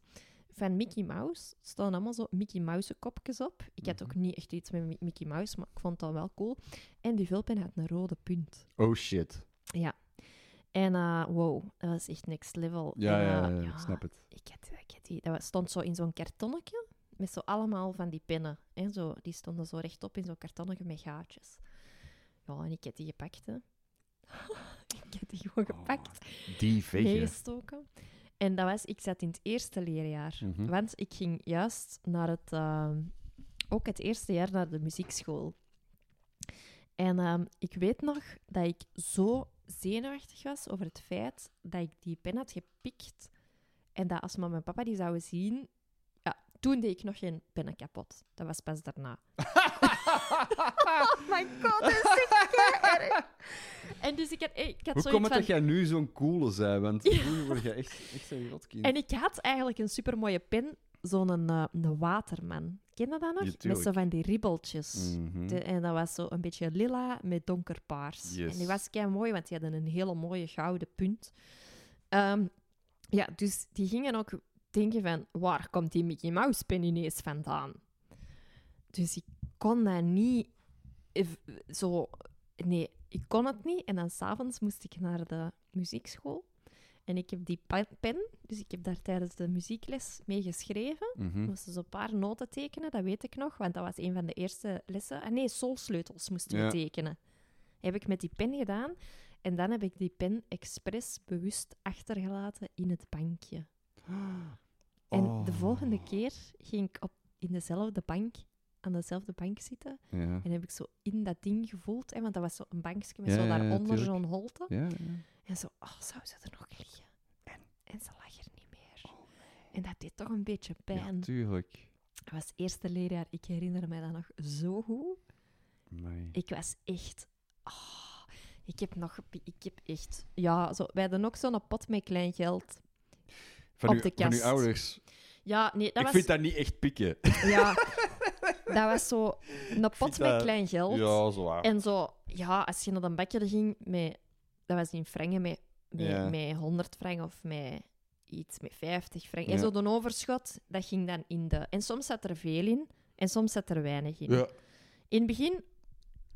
van Mickey Mouse. Er staan allemaal zo Mickey Mouse kopjes op. Ik had ook
Mhm.
niet echt iets met Mi- Mickey Mouse, maar ik vond dat wel cool. En die vulpen had een rode punt.
Oh shit.
En eh, wow, dat was echt next level.
Ja,
En,
ja, ja,
eh,
ik snap het.
Ik had, ik had die, dat was- stond zo in zo'n kartonnetje met zo allemaal van die pennen. Hè, zo, die stonden zo rechtop in zo'n kartonnetje met gaatjes. Ja, en ik heb die gepakt, hè. ik heb die gewoon
Oh,
gepakt.
Die vegen.
meegestoken. En dat was, ik zat in het eerste leerjaar.
Mhm.
Want ik ging juist naar het, ehm, ook het eerste jaar naar de muziekschool. En ehm, ik weet nog dat ik zo zenuwachtig was over het feit dat ik die pen had gepikt. En dat als mama en papa die zouden zien... Ja, toen deed ik nog geen pennen kapot. Dat was pas daarna. oh my god, dat is echt kei erg. En dus ik had, ik had
Hoe
zoiets
komt het
van...
dat jij nu zo'n coole bent? Want
Ja.
vroeger word jij echt, echt zo'n rotkind.
En ik had eigenlijk een supermooie pen, zo'n eh, een waterman. Ken je dat nog?
Ja,
met
tuurlijk.
zo van die ribbeltjes.
Mhm.
De- en dat was zo een beetje lila met donkerpaars.
Yes.
En die was kei mooi, want die hadden een hele mooie gouden punt. Ehm, ja, dus die gingen ook denken van, waar komt die Mickey Mouse pen ineens vandaan? Dus ik kon dat niet ev- zo... Nee, ik kon het niet. En dan s'avonds moest ik naar de muziekschool. En ik heb die pa- pen, dus ik heb daar tijdens de muziekles mee geschreven.
Mhm.
Ik moest dus een paar noten tekenen, dat weet ik nog, want dat was een van de eerste lessen. Ah nee, solsleutels moesten
Ja.
we tekenen. Heb ik met die pen gedaan. En dan heb ik die pen expres bewust achtergelaten in het bankje. En de
Oh.
volgende keer ging ik op, in dezelfde bank, aan dezelfde bank zitten.
Ja.
En heb ik zo in dat ding gevoeld, hè, want dat was zo een bankje met
Ja,
zo
ja, ja,
daaronder
tuurlijk.
zo'n holte.
Ja, ja.
En zo, oh, zou ze er nog liggen? En, en ze lag er niet meer. En dat deed toch een beetje pijn.
Oh, ja, tuurlijk.
Dat was eerste leerjaar. Ik herinner mij dat nog zo goed.
Amai.
Ik was echt... ah, ik heb nog... Ik heb echt... Ja, zo, wij hadden ook zo'n pot met klein geld.
Van,
op
uw-
de
van uw
kast.
ouders.
Ja, nee, dat
ik
was...
vind dat niet echt pikken.
Ja, dat was zo... Een pot met
dat-
klein geld.
Ja, zo waar.
En zo... Ja, als je naar een bakker ging met... Dat was in frangen met, met,
Ja.
met 100 frank of met iets met 50 frank. En
Ja.
zo de overschot, dat ging dan in de... En soms zat er veel in en soms zat er weinig in.
Ja.
In het begin,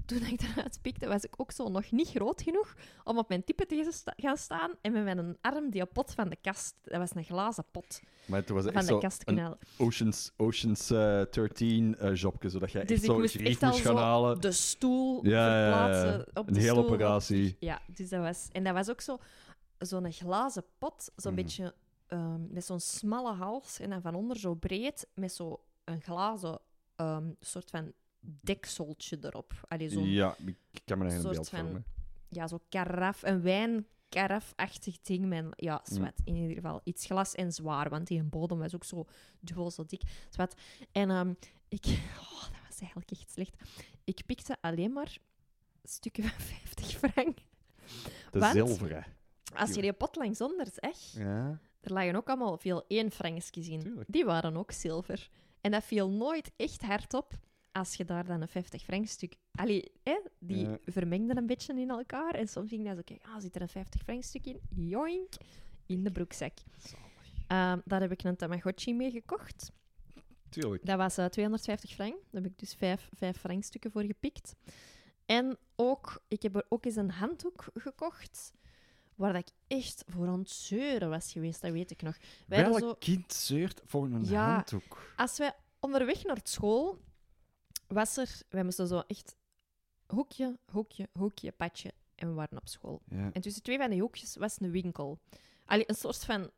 toen ik daaruit pikte, was ik ook zo nog niet groot genoeg om op mijn type te sta- gaan staan en met mijn arm die pot van de kast, dat was een glazen pot,
Maar toen was het
van
echt
de
zo
kast
een
knallen.
Oceans, Oceans eh, 13 eh, jobje, zodat jij
Dus
echt
ik
zo
moest
iets
echt
riet
al
moest gaan
zo
halen.
de stoel
Ja, ja, ja, ja.
verplaatsen op
Een
de
hele
stoel.
operatie.
Ja, dus dat was... En dat was ook zo zo'n glazen pot, zo'n
Mhm.
beetje ehm, met zo'n smalle hals en dan van onder zo breed met zo'n glazen ehm, soort van dekseltje erop. Allee, zo'n
Ja, ik ik kan me daar een
soort
beeld
van-
vormen.
ja, zo karaf, een wijnkarafachtig ding. Mijn, ja, zwart. In ieder geval iets glas en zwaar, want die bodem was ook zo dubbel, zo dik. Zwart. En ehm, ik... Oh, dat was eigenlijk echt slecht. Ik pikte alleen maar stukken van 50 frank.
De
Want-
zilveren.
Als je die pot langs onder zegt,
Ja,
er lagen ook allemaal veel 1 frankjes in.
tuurlijk.
Die waren ook zilver. En dat viel nooit echt hard op als je daar dan een 50 frank stuk... Allee, hè, die
Ja.
vermengden een beetje in elkaar. En soms ging dat zo, kijk, ah, zit er een 50 frank stuk in? Joink! In de broekzak. Ehm, daar heb ik een Tamagotchi mee gekocht.
Tuurlijk.
Dat was eh, 250 frank. Daar heb ik dus vijf, vijf frankstukken voor gepikt. En ook, ik heb er ook eens een handdoek gekocht. Waar dat ik echt voor aan het zeuren was geweest, dat weet ik nog. Wij hadden
Welk
zo-
kind zeurt voor een
Ja.
handdoek?
als wij onderweg naar het school was er, wij moesten zo echt hoekje, hoekje, hoekje, padje en we waren op school.
Ja.
En tussen twee van die hoekjes was een winkel. Allee, een soort van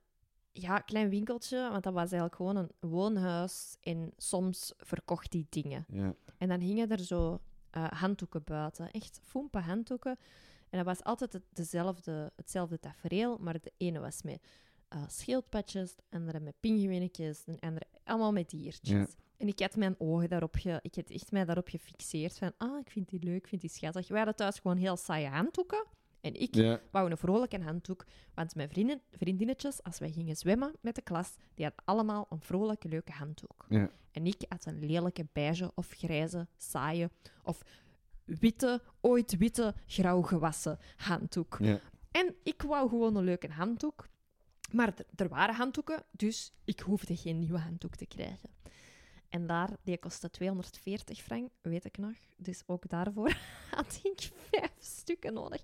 ja, klein winkeltje, want dat was eigenlijk gewoon een woonhuis en soms verkocht die dingen.
Ja.
En dan hingen er zo eh, handdoeken buiten. Echt foempe handdoeken. En dat was altijd het- dezelfde, hetzelfde tafereel, maar de ene was met eh schildpadjes, de andere met pinguïnnetjes, de andere allemaal met diertjes.
Ja.
En ik had mijn ogen daarop, ge, ik had echt mij daarop gefixeerd van, ah, ik vind die leuk, ik vind die schattig. Wij hadden thuis gewoon heel saaie handdoeken. En ik
Ja.
wou een vrolijke handdoek, want mijn vrienden, vriendinnetjes, als wij gingen zwemmen met de klas, die hadden allemaal een vrolijke, leuke handdoek.
Ja.
En ik had een lelijke beige of grijze, saaie of witte, ooit witte, grauw gewassen handdoek.
Ja.
En ik wou gewoon een leuke handdoek. Maar d- er waren handdoeken, dus ik hoefde geen nieuwe handdoek te krijgen. En daar, die kostte 240 frank, weet ik nog. Dus ook daarvoor had ik vijf stukken nodig.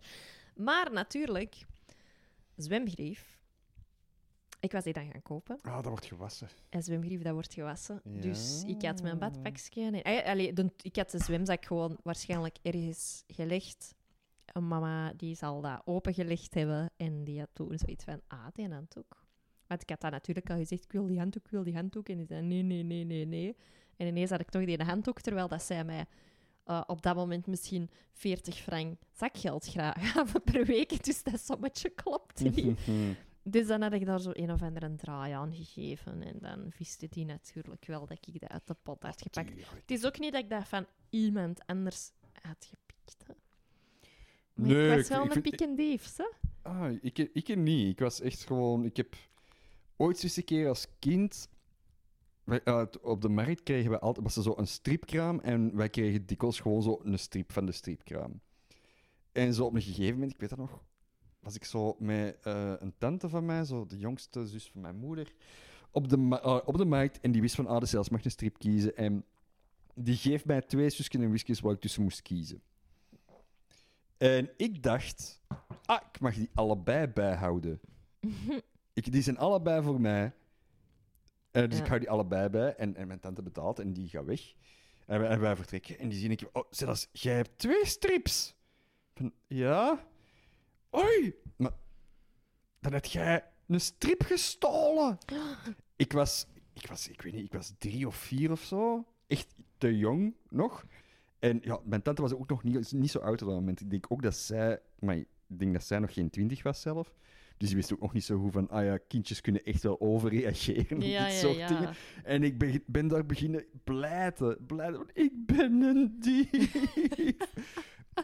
Maar natuurlijk, zwemgrief. Ik was die dan gaan kopen.
Ah, dat wordt gewassen.
En zwemgrief, dat wordt gewassen. Dus ik had mijn
Ja.
badpakje... En, eh, allee, de- ik had de zwemzak gewoon waarschijnlijk ergens gelegd. En mama die zal dat opengelegd hebben. En die had toen zoiets van, ah, die handdoek. Want ik had dat natuurlijk al gezegd, ik wil die handdoek, ik wil die handdoek. En die zei, nee, nee, nee, nee, nee. En ineens had ik toch die handdoek, terwijl dat zij mij eh, op dat moment misschien 40 frank zakgeld graag gaven per week. Dus dat sommetje klopte niet. Dus dan had ik daar zo een of andere draai aan gegeven. En dan wisten die natuurlijk wel dat ik dat uit de pot had gepakt. Het is ook niet dat ik dat van iemand anders had gepikt. hè. Maar
Nee,
ik
ik-
was wel
ik
een
vind-
pick and dief, hè?
Ah, ik, ik heb niet. Ik was echt gewoon. Ik heb ooit eens een keer als kind. wij- eh, t- op de markt kregen we altijd. Was er zo een stripkraam. En wij kregen dikwijls gewoon zo een strip van de stripkraam. En zo op een gegeven moment, ik weet dat nog. Was ik zo met eh, een tante van mij, zo de jongste zus van mijn moeder. Op de, ma- eh, op de markt. En die wist van. Ah, de zelfs mag een strip kiezen. En die geeft mij twee zusjes en whiskies waar ik tussen moest kiezen. En ik dacht. Ah, ik mag die allebei bijhouden. ik, die zijn allebei voor mij. Eh, dus
Ja.
ik hou die allebei bij. En, en mijn tante betaalt en die gaat weg. En wij, en wij vertrekken. En die zien ik. Oh, zelfs jij hebt twee strips. Van, ja. Oei. Maar dan heb jij een strip gestolen. ik was, ik was, ik weet niet, ik was drie of vier of zo. Echt te jong nog. En ja, mijn tante was ook nog niet, niet zo oud op dat moment. Ik denk ook dat zij, maar ik denk dat zij nog geen twintig was zelf. Dus die wist ook nog niet zo goed van, ah ja, kindjes kunnen echt wel overreageren op dit soort dingen. En ik ben, ben daar beginnen blijten, blijten, want ik ben een dief.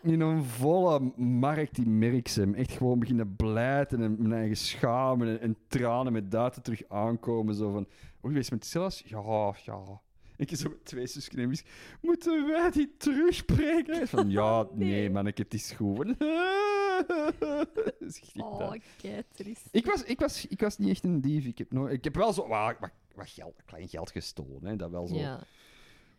In een volle markt die Merksem. Echt gewoon beginnen blijten en mijn eigen schamen en, en tranen met duiten terug aankomen. Zo van, oei, wees met zelfs? Ja, ja. Ik zo met twee zusjes en wist, moeten wij die terugbrengen? Van, ja,
Nee.
nee, manneke, het is goed. Van, dat is echt niet
Oh,
waar.
kijk, triest.
Ik was, ik, was, ik was niet echt een dief. Ik heb, nooit, ik heb wel zo wat, wat, wat geld, klein geld gestolen. Hè. Dat wel zo.
Ja.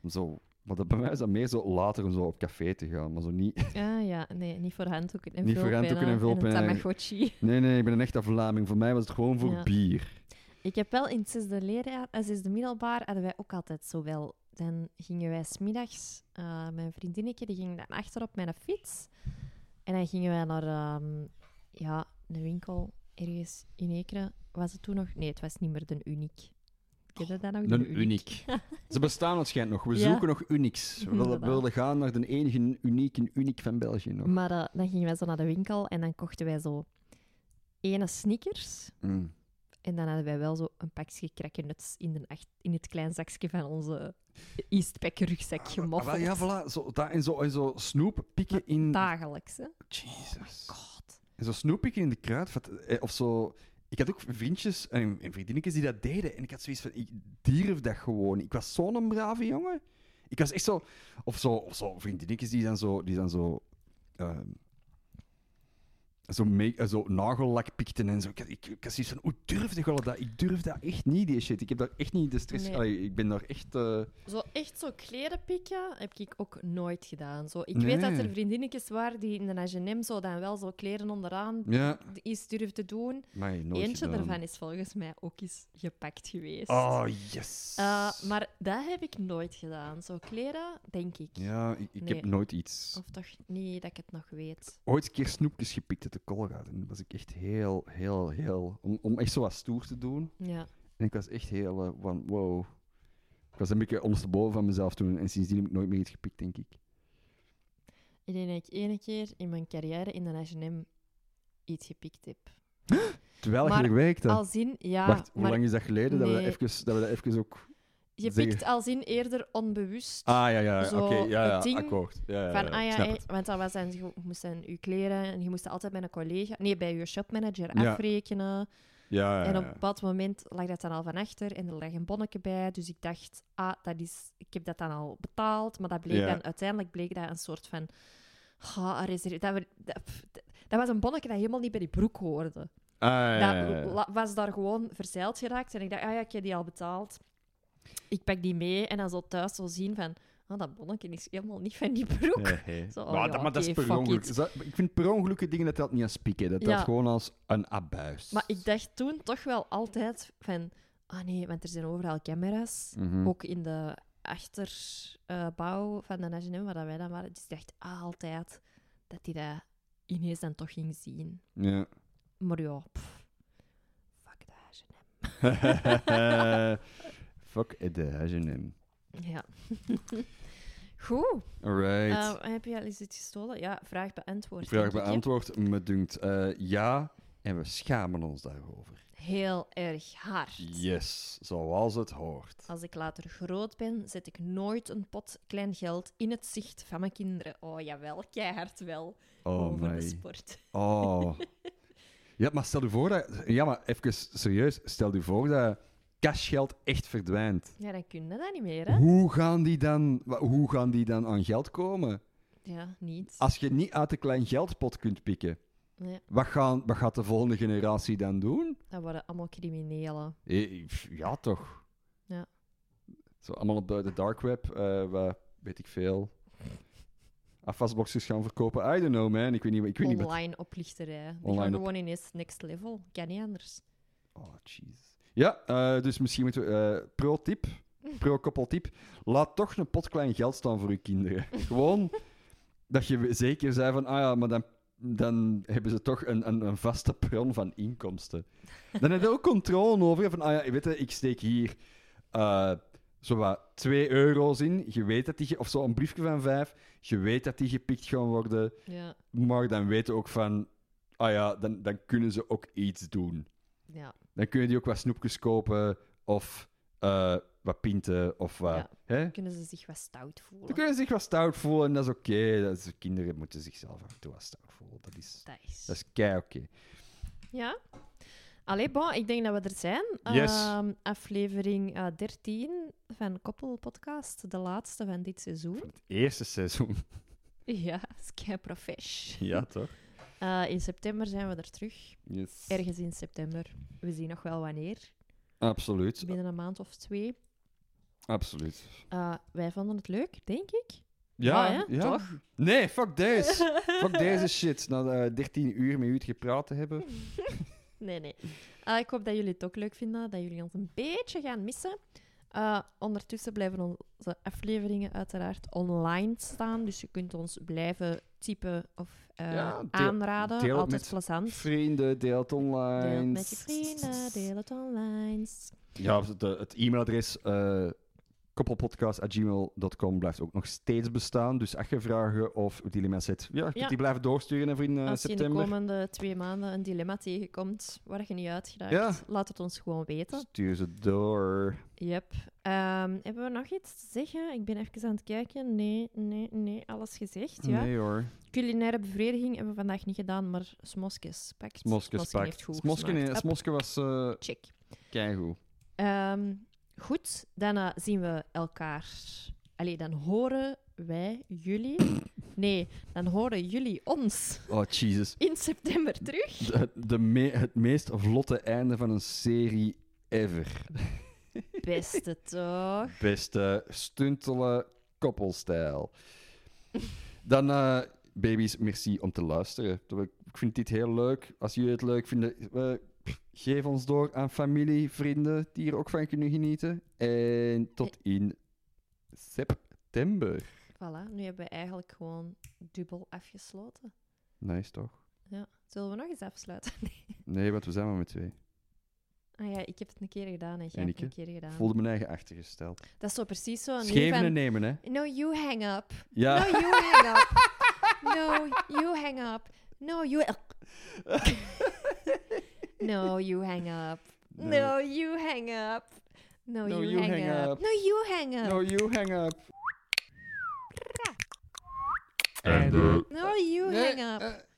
zo maar dat, bij mij is dat meer zo later om zo op café te gaan. Maar zo niet.
Ah, ja, nee, niet voor handdoeken en
Niet voor
vulpennen
handdoeken en vulpennen.
een Tamagotchi.
Nee, nee, ik ben een echte Vlaming. Voor mij was het gewoon voor
Ja.
bier.
Ik heb wel in het zesde leerjaar, eh, zesde middelbaar, hadden wij ook altijd zo wel. Dan gingen wij smiddags, eh mijn vriendinnetje, die ging dan achter op mijn fiets. En dan gingen wij naar ehm, ja, de winkel ergens in Ekeren. Was het toen nog? Nee, het was niet meer de Uniek. Ken je dat nog? De
Een uniek. Ze bestaan waarschijnlijk nog. We
Ja.
zoeken nog unieks. We willen,
Inderdaad.
we willen gaan naar de enige uniek en uniek van België nog.
Maar eh, dan gingen wij zo naar de winkel en dan kochten wij zo ene sneakers.
Mm.
En dan hadden wij wel zo een pakje crackernuts in, de ach- in het klein zakje van onze Eastpack rugzak
Ah, wel,
gemoffeld.
ja, voilà. Zo, dat, en, zo, en zo snoep pikken in...
Dagelijks, hè?
Jesus.
Oh God.
En zo snoep ik in de kruid. vat- eh, Of zo. Ik had ook vriendjes eh, en, en vriendinnetjes die dat deden. En ik had zoiets van: ik durf dat gewoon. Ik was zo'n brave jongen. Ik was echt zo. Of zo, of zo vriendinnetjes die dan zo. Die dan zo ehm, zo, make- eh, zo nagellak pikten en zo. Ik, had- ik, ik had zoiets van, hoe durfde je dat? Ik durf dat echt niet, die shit. Ik heb daar echt niet de stress...
Nee.
Allee, ik ben daar echt... eh,
Zo echt zo kleren pikken heb ik ook nooit gedaan. Zo, ik
Nee.
weet dat er vriendinnetjes waren die in de H&M zo dan wel zo kleren onderaan
ja,
iets durfden te doen.
maar nooit
Eentje
gedaan.
daarvan is volgens mij ook eens gepakt geweest.
Oh, yes.
Eh, maar dat heb ik nooit gedaan. Zo kleren, denk ik.
Ja, ik, ik heb
Nee.
nooit iets...
Of toch niet dat ik het nog weet.
ooit een keer snoepjes gepikt uit de koolraad. En dat was ik echt heel, heel, heel... Om, om echt zo wat stoer te doen.
Ja.
En ik was echt heel eh, van, wow. Ik was een beetje ondersteboven van mezelf toen. En sindsdien heb ik nooit meer iets gepikt, denk ik.
Ik denk dat ik ene keer in mijn carrière in de H&M iets gepikt heb.
Terwijl je
Maar
er werkte.
Al zien, ja.
Wacht, hoe
maar
lang is dat geleden dat, we
nee.
dat, even, dat we dat even ook...
je
zeggen?
pikt al zien eerder onbewust.
Ah, ja, ja, oké.
Zo,
ja, ja,
het ding
akkoord. Ja, ja,
Van,
ja,
ah ja,
snap
eh,
het.
want dat was zijn, je moest zijn je kleren en je moest dat altijd bij een collega, nee, bij je shopmanager
Ja. Eh.
afrekenen.
Ja, ja,
En op een
ja. Ah,
bepaald moment lag dat dan al van achter en er lag een bonnetje bij. Dus ik dacht, ah, dat is, ik heb dat dan al betaald. Maar dat bleek
Ja.
dan, uiteindelijk bleek dat een soort van, ah, er is er- dat, we- dat, pff, dat- dat was een bonnetje dat helemaal niet bij die broek hoorde.
Ah, ja, ja, ja, ja.
Dat la- was daar gewoon verzeild geraakt. En ik dacht, ah ja, ik heb die al betaald. Ik pak die mee en dan zo thuis zo zien van, ah, dat bonnetje is helemaal niet van die broek.
Ja, hè.
Zo, oh
maar,
ja,
dat, maar dat is
oké,
per
fuck
ongeluk.
it.
Is dat- ik vind per ongelukken dingen dat dat niet als pieken. Dat
Ja.
dat gewoon als een abuis.
Maar ik dacht toen toch wel altijd van... Ah nee, want er zijn overal camera's.
Mhm.
Ook in de achterbouw van de H&M, waar dat wij dan waren. Dus ik dacht altijd dat hij dat ineens dan toch ging zien.
Ja.
Maar ja, pff, fuck de H&M.
Fuck it, de H&M.
Ja. Goed.
Alright.
Eh, heb je al eens iets gestolen? Ja, vraag beantwoord.
Vraag
denk ik, hè.
beantwoord. Me dunkt eh, ja. En we schamen ons daarover.
Heel erg hard.
Yes, zoals het hoort.
Als ik later groot ben, zet ik nooit een pot klein geld in het zicht van mijn kinderen. Oh jawel, keihard wel.
Oh
over de
my.
sport.
Oh. Ja, maar stel je voor dat... Ja, maar even serieus. Stel je voor dat cashgeld echt verdwijnt.
Ja, dan kun je dat niet meer, hè?
Hoe gaan, die dan, wa- hoe gaan die dan aan geld komen?
Ja, niet.
Als je niet uit de klein geldpot kunt pikken,
Nee,
wat, gaan, wat gaat de volgende generatie dan doen?
dat worden allemaal criminelen.
Eh, eh, pff, Ja, toch?
Ja.
Zo allemaal op de, de dark web, eh waar, weet ik veel, afwasboxjes gaan verkopen. I don't know, man. Ik weet niet, wat- ik weet niet wat...
Online oplichterij. Die
Online
gaan
op-
gewoon ineens next level. Kan niet anders.
Oh, jeez. Ja, eh, dus misschien moeten we... eh, pro-tip, pro-koppeltip, laat toch een pot klein geld staan voor je kinderen. Gewoon dat je zeker zei van, ah ja, maar dan, dan hebben ze toch een, een, een vaste bron van inkomsten. Dan heb je ook controle over, van, ah ja, weet je, ik steek hier eh zo wat 2 euro's in, je weet dat die, ge- of zo een briefje van 5, je weet dat die gepikt gaan worden,
Ja,
maar dan weten we ook van, ah ja, dan, dan kunnen ze ook iets doen
ja.
dan kun je die ook wat snoepjes kopen of eh, wat pinten of wat.
Ja.
Hè?
Kunnen ze zich wat stout
Dan
voelen?
kunnen ze zich wat stout voelen en dat is oké. Dat is- Kinderen moeten zichzelf af en toe wat stout voelen. Dat is,
Dat is-
dat is kei oké.
Ja. Allee, bon, ik denk dat we er zijn.
Yes.
Ehm, aflevering eh, 13 van Koppelpodcast. De laatste van dit seizoen.
Het eerste seizoen.
Ja, Sky Profesh.
toch?
Eh, in september zijn we er terug.
Yes.
Ergens in september. We zien nog wel wanneer.
Absoluut.
Binnen een maand of twee.
Absoluut.
Eh, wij vonden het leuk, denk ik.
Ja,
Ja, hè?
ja.
Toch?
Nee, fuck deze. fuck deze shit. Na eh, 13 uur met u het gepraat te hebben.
Nee, nee. Eh, ik hoop dat jullie het ook leuk vinden, dat jullie ons een beetje gaan missen. Eh, ondertussen blijven onze afleveringen uiteraard online staan, dus je kunt ons blijven typen of eh,
Ja, deel-
aanraden.
deel het
Altijd
met
plezant.
Vrienden, deel het online.
Deel het met je vrienden, deel het online.
Ja, of de- het e-mailadres eh koppelpodcast.gmail.com blijft ook nog steeds bestaan. Dus echt je vragen of dilemma's zet. Ja, je kunt
Ja.
die blijven doorsturen even in eh,
Als je in de
september.
komende twee maanden een dilemma tegenkomt waar je niet uitgeraakt,
Ja.
laat het ons gewoon weten.
Stuur ze door.
Yep. Ehm, hebben we nog iets te zeggen? Ik ben even aan het kijken. Nee, nee, nee. Alles gezegd, ja.
Nee hoor.
Culinaire bevrediging hebben we vandaag niet gedaan, maar smosjes pakt.
Smoske
Smosken
spakt.
heeft goed
Smoske,
gesmaakt.
nee,
Hup,
Smoske was eh
check.
keigoed.
Ehm, goed, dan eh, zien we elkaar... Allee, dan horen wij jullie... Nee, dan horen jullie ons
Oh, Jesus.
in september terug.
De, de me- het meest vlotte einde van een serie ever.
Beste toch?
Beste stuntelen koppelstijl. Dan, eh, baby's, merci om te luisteren. Ik vind dit heel leuk. Als jullie het leuk vinden, eh, geef ons door aan familie, vrienden die er ook van kunnen genieten. En tot in september.
Voilà, nu hebben we eigenlijk gewoon dubbel afgesloten.
Nice toch?
Ja. Zullen we nog eens afsluiten?
Nee, want we zijn maar met twee.
Ah ja, ik heb het een keer gedaan en jij
En
hebt
ik,
het een keer gedaan.
Voelde mijn eigen achtergesteld.
Dat is zo precies zo. Oh, nu
Geven en
van,
nemen, hè?
No, you hang up.
Ja.
No, you hang up. No, you hang up. No, you... no, you hang up. No, you hang up. No, you, hang, up. No, you hang up.
No, you hang up.
No, you
Nee,
hang up. Uh,
eh,